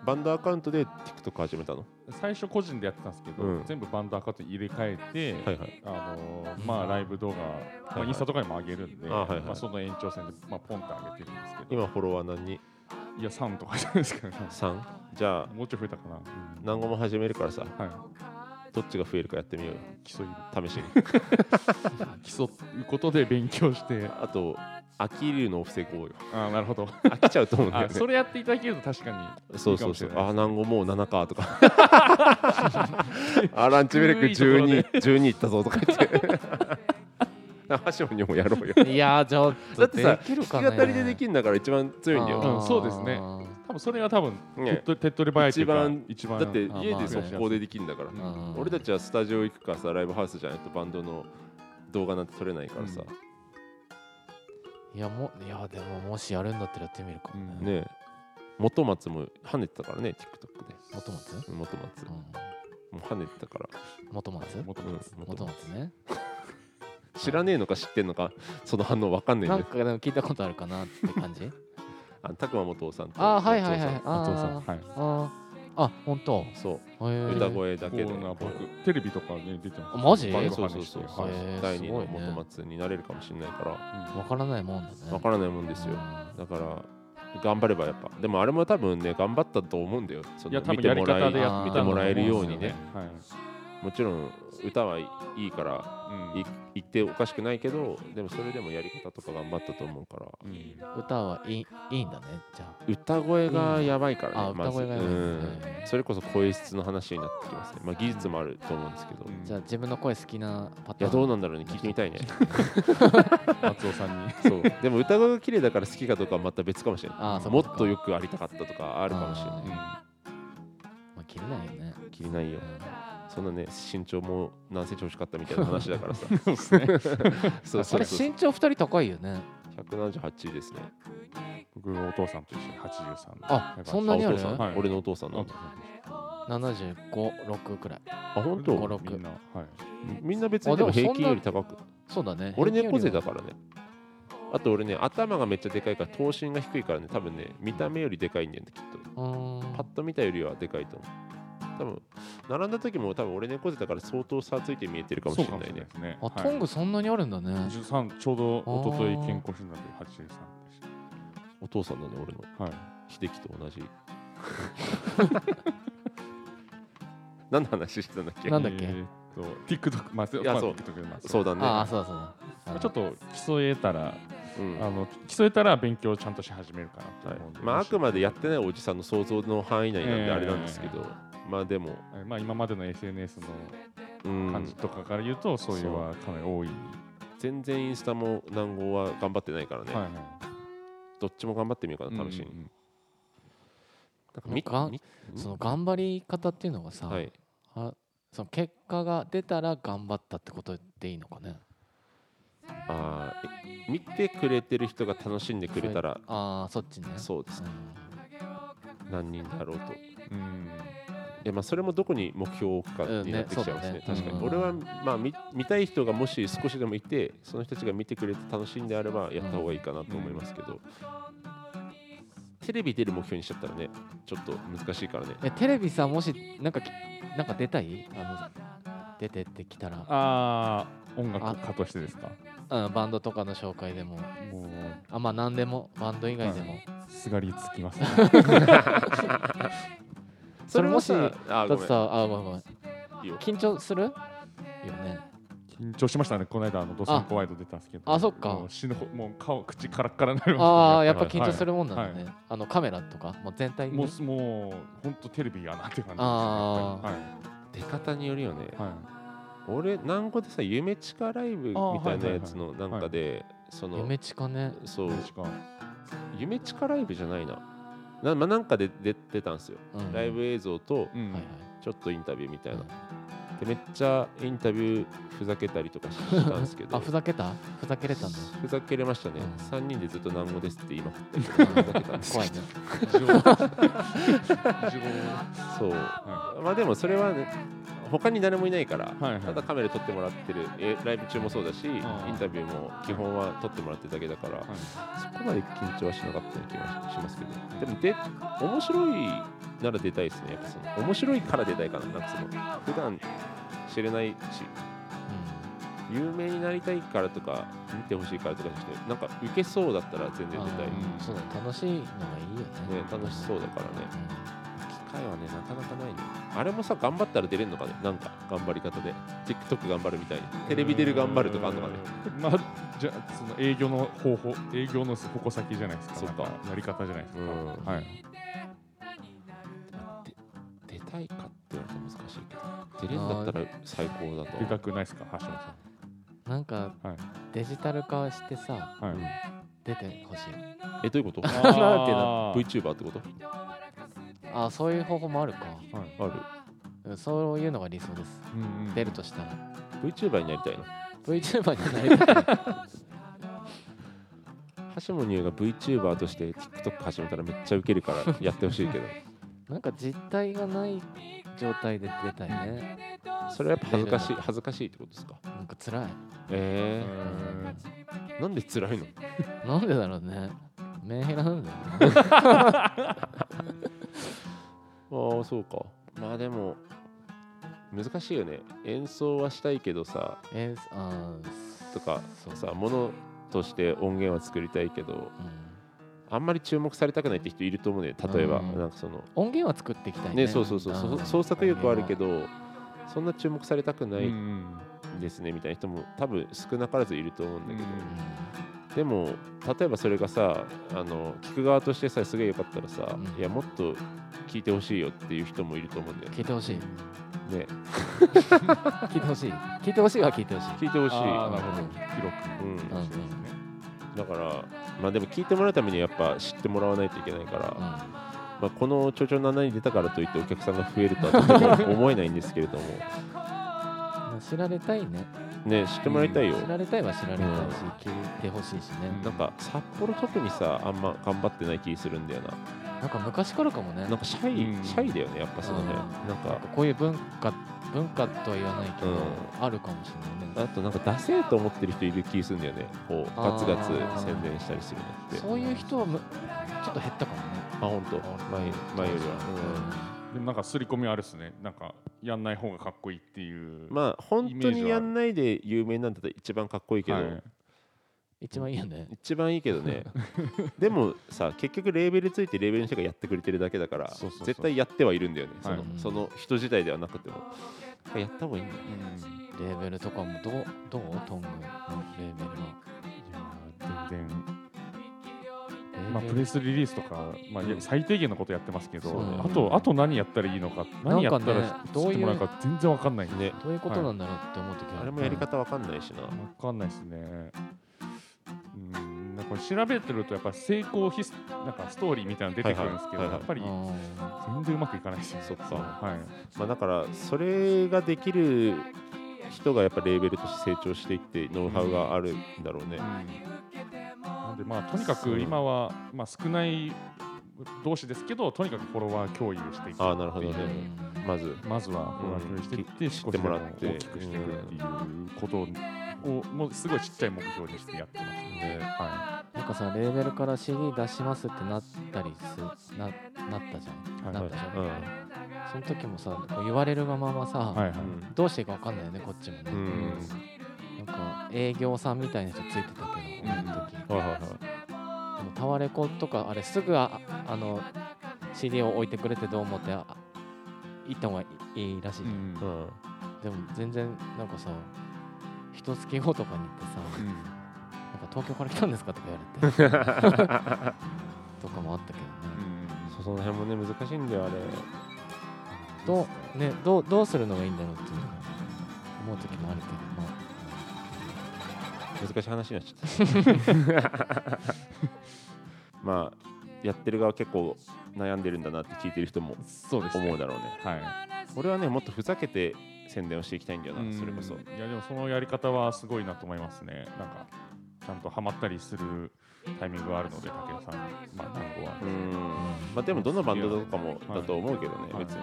バンドアカウントで TikTok 始めたの最初個人でやってたんですけど、うん全部バンドアカウントに入れ替えはて、いはいあのーまあライブ動画、いまはあ、いインスタとかにも上げるんで、あはいはいまあ、その延長線で、まあ、ポンって上げてるんですけど、今フォロワー何人いや、3とかじゃないですかね。 3じゃあもうちょい増えたかな。何個も始めるからさはどっちが増えるかやってみようよい、競い試 しに競うことで勉強して、あと飽きるのを防ごうよああ、なるほど。飽きちゃうと思うんだ よねあそれやっていただけると確かにそうそうそういいかもしれないですねあ何個もう7かと かあランチベルク低いところで12 12いったぞとか言って ハシモにもやろうよいやーじゃあだってさできるか弾ねき語りでできるんだから一番強いんだようんそうですね多分それが多分、ね手っ取手っ取り早いというか一番だってあ家まあで速攻でできるんだから俺たちちはスタジオ行くかさライブハウスじゃないとバンドの動画なんて撮れないからさ、いやもいやでももしやるんだったらやってみるかうねんえ元松も跳ねてたからね TikTok で元松元松、うもんう跳ねてたから、元松元うん々元元松松ね知らねえのか知ってんのかその反応わかんねえんなだんよかでも聞いたことあるかなって感 じあの拓磨元夫さんとあーはいはい松は尾さん松尾いさあん、はい、あああ本当へそう、ー歌声だけでコーナー僕テレビとかね出てますあマジバンドそう話そうしてそうるそう、はいへえ第二のすごいね元松になれるかもしれないからわからないもんだねわからないもんですようだから頑張ればやっぱでもあれも多分ね頑張ったと思うんだよそいやの多見分てやりもら方でえやっ見たてんだもと思うんらですえよねるようにね、はいもちろん歌はいいからうんい言っておかしくないけどでもそれでもやり方とか頑張ったと思うからうんん歌はいいいいんだねじゃ歌声がやばいからね、ああまず歌声がやばいうんへえそれこそ声質の話になってきますねまあ技術もあると思うんですけど、うんいあじゃあ自分の声好きなパターンやどうなんだろうね聞いてみたいね松尾さんにそうでも歌声が綺麗だから好きかどうかはまた別かもしれないあーそっもかそっかっとよくありたかったとかあるかもしれなあいまあ切れないよね切りないよそんなね身長も何センチ欲しかったみたいな話だからさそうですねそうそそうれそう身長二人高いよね178ですね僕のお父さんと一緒に83あそんなにああおる父さん、はい俺のお父さんおの父さんと756くらいあ本一緒当56みんなはいみんな別にでも平均より高くそうだね俺猫背だかからねあと俺ね頭がめっちゃでかいから頭身が低いからね多分ね見た目よりでかいんだよねきっとらうんパッと見たよりはでかいと思う多分並んだ時も多分俺猫背だから相当差ついて見えてるかもしそうれかないもしれないねですねあトングそんなにあるんだね13ちょうど一昨日健康診断で83でしお父さんなの俺のたはい秀樹と同 じ何の話してたんだっけなんだっけえーと TikTok まあいやまあそう TikTok でまあそうだねああそうだそうだあまのあちょっと競えたらうんあの競えたら勉強をちゃんとし始めるかなはとい思うんで、まあ、あくまでやってい、ないおじさんの想像の範囲内なんえでえあれなんですけど、まあでも、まあ、今までの SNS うの感じん、とかから言うと、そういうのはかなり多い、全然インスタも南郷は頑張ってないからね、はいどっちも頑張ってみようかな、はい、試しに。うんなんかなんかみみその頑張り方っていうのがさ、はい、あその結果が出たら頑張ったってことでいいのかねあーえ見てくれてる人が楽しんでくれたら、ああそっちねそうですね、何人だろうと。うんうんえまあ、それもどこに目標を置くかになってきちゃいますね。うんね確そうかだねに、うん俺は、まあ、見見たい人がもし少しでもいて、その人たちが見てくれて楽しいんであればやった方がいいかなと思いますけど、テレビ出る目標にしちゃったらね、ちょっと難しいからね。えテレビさもしなんかきなんか出たいあの出てってきたらああ音楽家としてですかうんバンドとかの紹介でももうあまあ何でもバンド以外でも、すがりつきます、それもし、それもあだごめってんさあごめんごめんいいよ緊張するよねた緊張しましたね、この間、あのドスンコワイド出たんですけど、あそっかもう死ぬほもう顔、口カラッカラになりましたね、ああやっぱはい緊張するもんなんだはね、いあのカメラとかもう全体にもう、もう本当、テレビやなって感じですね、あーやっ出方によるよねぱりはいはい俺南国でさ夢地下ライブみたいなやつのなんかでその夢地かねそう確か夢地下ライブじゃないなな,、まあ、なんかで出てたんですようんライブ映像とうんはいはいちょっとインタビューみたいなうんでめっちゃインタビューふざけたりとかしたんですけど あふざけたふざけれたんだふざけれましたね、う3ん人でずっと南語ですって言いまくってふざけたんですけど怖いね異常異常そうはまあでもそれは、ね、他に誰もいないから、はいはいただカメラ撮ってもらってるえライブ中もそうだしインあータビューも基本は撮ってもらってるだけだから、いそこまで緊張はしなかったような気がしますけどでもで面白いなら出たいですねやっぱその面白いから出たいかななんかその普段知れないし有名になりたいからとか見てほしいからとかじゃなくてなんか受けそうだったら全う然ん出たい、ーうんそうだね楽しいのがいいよね、ね楽しそうだからねうん機会はねなかなかないねあれもさ頑張ったら出れるのかねなんか頑張り方で TikTok 頑張るみたいにテレビ出る頑張るとかあんのかねうんまあじゃあその営業の方法営業の矛先じゃないですかそっかなんやり方じゃないですか、うんはい出たいかって言われたら難しいけど出れるんだったら最高だとでかくないですか橋本さなんかんはいデジタル化してさはい、うん出てほしいえどういうことあなんていうー VTuber ってことあそういう方法もあるかはいあうんそういうのが理想ですうんうん出るとしたらる VTuber になりたいの VTuber になりた い橋本優が VTuber として TikTok 始めたらめっちゃウケるからやってほしいけ どなんか実体がない状態で出たいねそれはやっぱ恥ずかしい恥ずかしいってことですかなんか辛いえうんー、なんで辛いのなんでだろうねメンヘラなんだよねああそうかまあでも難しいよね演奏はしたいけどさえーあーとかそうさものとして音源は作りたいけどうんあんまり注目されたくないって人いると思うね例えばうんなんかその音源は作っていきたいねねそうそうそうそ創作意欲はあるけどそんな注目されたくなうんいうんですねみたいな人も多分少なからずいると思うんだけどうんでも例えばそれがさあの聞く側としてさすげえよかったらさうんいやもっと聞いてほしいよっていう人もいると思うんだよ聞いてほしいねね聞いてほしい聞いてほしいは聞いてほしい聞いてほしいあーなるほど広くうんそうですねだから、まあ、でも聞いてもらうためにやっぱ知ってもらわないといけないから、まあ、この「ちょちょ7」に出たからといってお客さんが増えるとはと ても思えないんですけれども、うん知られたいねね、知ってもらいたいよ、知られたいは知られたいしうん聞いてほしいしねなんか札幌特にさあんま頑張ってない気するんだよななんか昔からかもねなんかシャイ、うんシャイだよねやっぱそのね、うんなんかこういう文化文化とは言わないけど、うあるかもしれないねあとなんかダセーと思ってる人いる気するんだよねこうあーガツガツ宣伝したりするのってそういう人はむちょっと減ったかもねあ本当前前よりは、でもなんか刷り込みはあるっすねなんかやんない方がかっこいいっていうん、うまあ本イメ当ーにジはあるやんないで有名なんだったら一番かっこいいけど、はい一番いいよね一番いいけど ねでもさ結局レーベルついてレーベルの人がやってくれてるだけだからそうそうそう絶対やってはいるんだよねその,、はいその人自体ではなくてもやった方がいいんだようんレーベルとかもどうどうトングのレーベルはいやー全然、レーまあ、ベプルレスリリースとか、まあ、いや最低限のことやってますけど、そうねあとあと何やったらいいのか何やったら知ってもらうか全然わかんないわねどういうことなんだろうって思う時はあれもやり方わかんないしな、かんないですねうんなんかこれ調べてるとやっぱ成功ヒスなんかストーリーみたいなの出てくるんですけど、はいはいやっぱりあ全然うまくいかないですよそっかはいまあ、だからそれができる人がやっぱレーベルとして成長していってノウハウがあるんだろうね、なんでまあとにかく今は、まあ、少ない同士ですけどとにかくフォロワー共有していくあーなるほどーうねんまずまずはフォロワー共有していって、うん少し知でもってもらって大きくしていくっていうことを、もうすごいちっちゃい目標にしてやってますね。はなんかさレーベルから CD 出しますってなったりすななったじゃん、はいなったじゃん、うんその時もさこう言われるがままさ、い、はい、はい、うどうしていいか分かんないよねこっちもね、ん、うんなんか営業さんみたいな人ついてたけどこの時、はいはいはいでもタワレコとかあれすぐああの CD を置いてくれてどう思ってあ行った方がいいらしいじゃん、うんでも全然なんかさ一月後とかに行 ってさなんか東京から来たんですかとか言われて とかもあったけどね、そその辺もね難しいんだよあれどうねどうどうするのがいいんだろうっていうのが思う時もあるけどまあ難しい話になっちゃった まあやってる側結構悩んでるんだなって聞いてる人もそうですね思うだろうねはい俺はねもっとふざけて宣伝をしていきたいんだようんなそれこそいやでもそのやり方はすごいなと思いますねなんかちゃんとハマったりするタイミングがあるので武田さんまあ単語はうんまあでもどのバンドとかもはいだと思うけどね、はい別に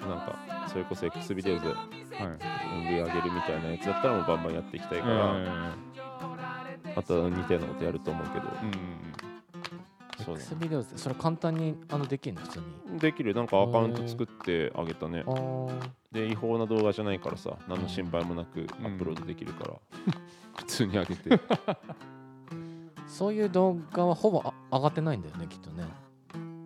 なんかそれこそ X ビデオズはい MV 上げるみたいなやつだったらもうバンバンやっていきたいから、また似たようなことやると思うけど、うんそう X ビデオってそれ簡単にあのできるの普通にねできるなんかアカウント作ってあげたねあーで違法な動画じゃないからさ何の心配もなくアップロードできる から、普通に上げてそういう動画はほぼあ上がってないんだよねきっとね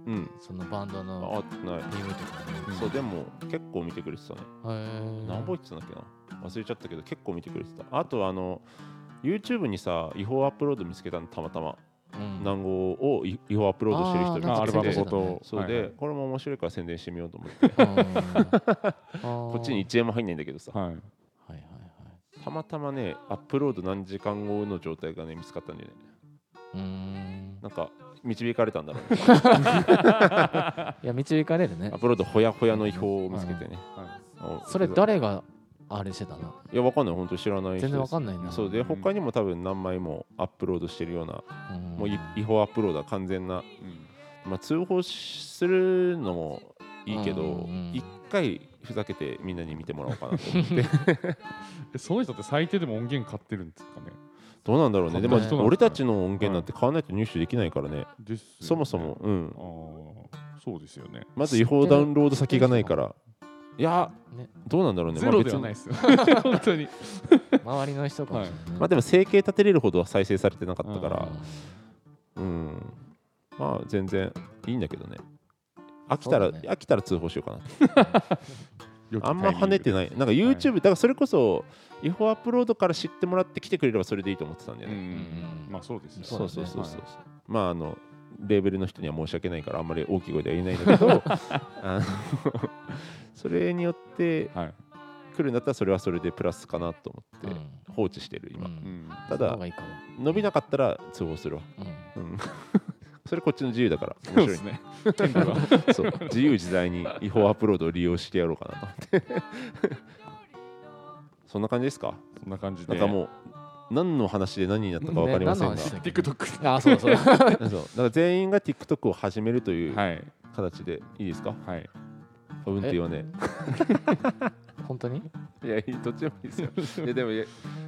うんそのバンドあの合ってない PV とかねうんそうでも結構見てくれてたねへ何本言ってたんだっけな忘れちゃったけど結構見てくれてたあとあの YouTube にさ違法アップロード見つけたのたまたま何南郷をい違法アップロードしてる人見あアルつけバムてごとそうはいでこれも面白いから宣伝してみようと思って ここっちに1円も入んないんだけどさはい、はいはいはいはたまたまねアップロード何時間後の状態がね見つかったんだよねいうーんなんか導かれたんだろ うねいや導かれるねアップロードほやほやの違法を見つけてねはあそれ誰があれしてたのいやわかんない本当知らない人全然わんかんないなそうでうん他にも多分何枚もアップロードしてるようなうんもうい違法アップロードは完全ないうんまあ、通報するのもいいけうんどうんうん一回ふざけてみんなに見てもらおうかなと思って えその人って最低でも音源買ってるんですかねどうなんだろうねでもこんな人なん俺だたちの音源なんて買わないと入手できないからねですよねそもそもうんああそうですよねまず違法ダウンロード先がないからいやねどうなんだろうねゼまロあで別はにないですよ 本当に周りの人かもしれないまあでも生計立てれるほどは再生されてなかったかあらうんまあ全然いいんだけどね飽きたそらうだね飽きたら通報しよ うかな良きあんま跳ねてタイない。なんか YouTube、だからそれこそ違法アップロードから知ってもらって来てくれればそれでいいと思ってたんだよミね。ングでうんうんまあそうですよそうそうねそうそうは。まああのレーベルの人には申し訳ないからあんまり大きい声では言えないんだけど、 あの それによっていはい来るんだったらそれはそれでプラスかなとう思んって放置してる今。うんんたその方だがいいかも伸びなかったら通報するわ。うんうん それこっちの自由だ から面白そうでいすね。ね権利は そう自由自在に違法アップロードを利用してやろうかなと思って。 そんな感じですか。そんな感じなでんかもう何の話で何になったか分かりませんが、ね何の話だっ TikTok あそうそ う そうだから全員が TikTok を始めるというはい形でいいですかはいうんって言わね本当にえい やいいどっちでもいい ですよいやでもいやい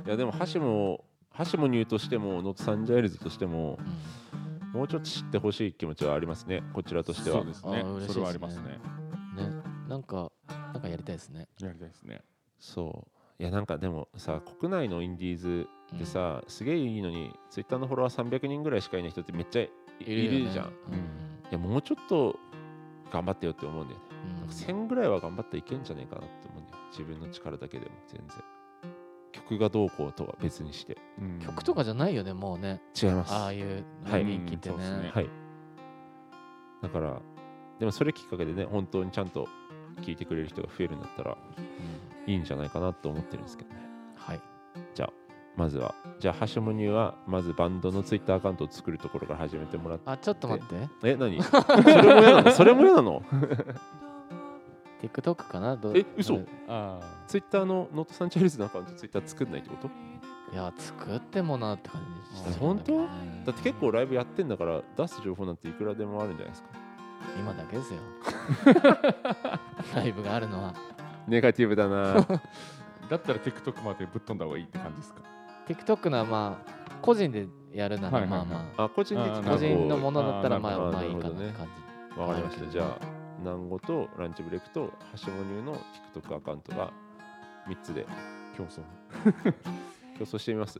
やでもハシもハシモニューとしてもノットサンジャイルズとしてもうんもうちょっと知ってほしい気持ちはありますねこちらとしてそはうですねあー嬉しいですねそれはありますねねなんかなんかやりたいですねやりたいですねそういやなんかでもさ国内のインディーズうんでさ、すげえいいのに Twitter のフォロワー300人ぐらいしかいない人ってめっちゃいいよねるじゃん、うんいやもうちょっと頑張ってよって思うんだよねうん1000ぐらいは頑張っていけんじゃねえかなって思うんだよ自分の力だけでも全然曲がどうこうとは別にして曲とかじゃないよねもうね違いますああいうはい人気ってうんそうっすねねはいだからでもそれきっかけでね本当にちゃんと聴いてくれる人が増えるんだったらうんいいんじゃないかなと思ってるんですけどねはいまずはじゃあハシモニューはまずバンドのツイッターアカウントを作るところから始めてもらってあちょっと待ってえ何 それも嫌なのそれも嫌なの TikTok かなどえ嘘いああツイッターのノートサンチャイルズのアカウントツイッター作んないってことや作ってもなって感じしたけど本当ねだって結構ライブやってんだから出す情報なんていくらでもあるんじゃないですか今だけですよ ライブがあるのはネガティブだなだ ったら TikTok までぶっ飛んだ方がいいって感じですか TikTok のはまあ個人でやるなはいらはいまはあいまああ個人的あなーなるほ個ど人のものだったらあーまあなるほどまあいいかなってなるほど感こうわかりましたじゃあるあ南語とランチブレイクと橋本流の TikTok アカウントが3つで競争 競争してみます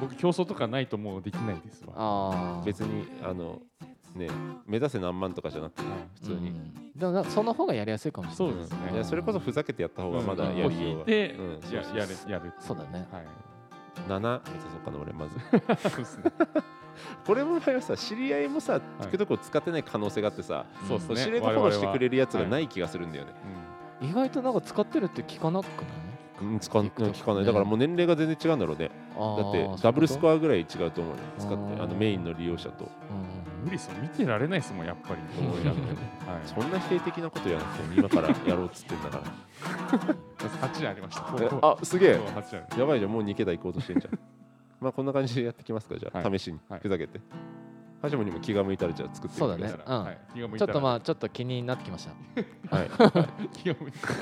僕競争とかないともうできないですじわああ別にあのね目指せ何万とかじゃなくては普通に、うんででもなその方がやりやすいかもしれそなういですねいやそれこそふざけてやった方がまだやりようは、で、うんやそうそうそうやるやるそうだねはい7目指そうかな俺まずそうですねこれも前はさ知り合いもさ時々使ってない可能性があってさ、そうです教ねえ知れたフォローしてくれるやつが我々はなはい気がするんだよね、意外となんか使ってるって聞かなくないうん、使う TikTok 聞かないだからもう年齢が全然違うんだろうねだってダブルスコア、アぐらい違うと思うよ使ってあーあのメインの利用者とうんうん無理っすよ見てられないですもんやっぱりと思いながらはいそんな否定的なことやらなくても今からやろうっつってんだか8ありましたらえ あすげえそう八あるやばいじゃんもう2桁行こうとしてんじゃんまあこんな感じでやってきますかじゃあ、はい試しに、はいふざけてハジモにも気が向いたらじゃあ作ってみてそくだうだねさいうんはい気が向いちょたらっとまあちょっと気になってきましたはい 気が向いたら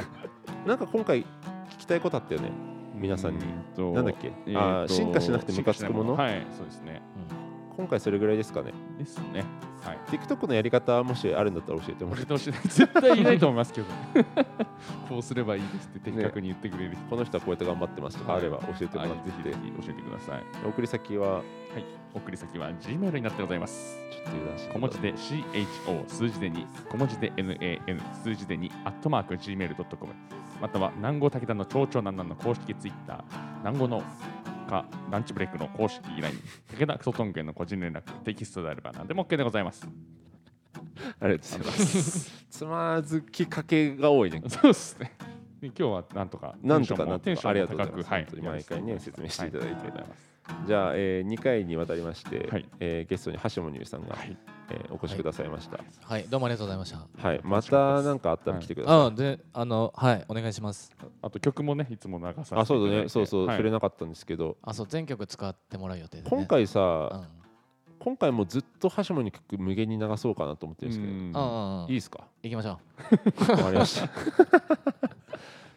なんか今回聞きたいことあったよね皆さんにうとなんだっけ、えーとあー進化しなくてムカつくもの、進化しないはいそうですね今回それぐらいですかねですね はい TikTok のやり方もしあるんだったら教えてもら俺えとしない絶対いないと思いますけど こうすればいいですって的確に言ってくれる人この人はこうやって頑張ってますとかあれば教えてもはらいっぜひて、ぜひ教えてください送り先ははい送り先は Gmail になってございますちょっと油断して小文字で CHO 数字で2小文字で NAN 数字で2アットマーク Gmail.com または南郷武田の町長なんなんの公式ツイッター南郷のかランチブレイクの公式 LINE 武田クソトンゲンの個人連絡テキストであれば何でも OK でございますありがとうございます つまずきかけが多いねそうですねで今日はなんとかなんとかテンショなんンともかあテンりがとうごションも高くざはいますい本当に毎回ね説明していただいてはありがとうございますじゃあ、え2回にわたりまして、はいえーゲストに橋本優さんが、はいえーお越しくださいました、ははいどうもありがとうございましたいまた何かあったら来てください、あであのはいお願いしますあと曲もねいつも流させていただあいてそうだねそうそう、はい触れなかったんですけどあそう全曲使ってもらう予定で、ね、今回うんさ、今回もずっと橋本に曲無限に流そうかなと思ってるんですけど、うんうんうんいいいですか行きましょわかりました。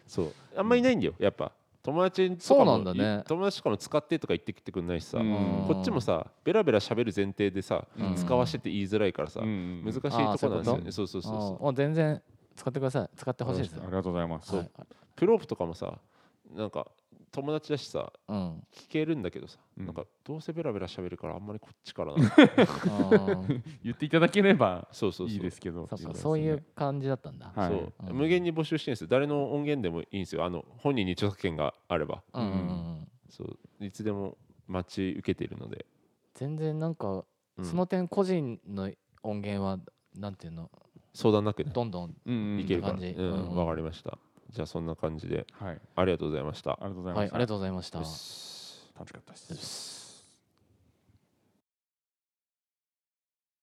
そう。あんまいないんだよ、やっぱ。友達とそかうなもんだねい友達とかも使ってとか言ってきてくんないしさ、うんこっちもさベラベラ喋る前提でさ、うん使わせて言いづらいからさ、うん難しいとこなんですよねあーそういうそうそうそううそううんもう全然使ってください使ってほしいですありがとうございますはいプロープとかもさなんか友達だしさうん聞けるんだけどさ、うんなんかどうせベラベラ喋るからあんまりこっちからなうん言っていただければそうそうそういいですけどそうかそういう感じだったんだ、はいそううん無限に募集してるんですよ誰の音源でもいいんですよあの本人に著作権があればうんうんうん、そういつでも待ち受けているので、全然なんかうんその点個人の音源はなんていうの相談なくねどんどんうんいけるから、う感じん、うんわかりました。じゃあそんな感じではいありがとうございましたあ。りがとうございはいあまりしたがとうございましたよし楽しかったです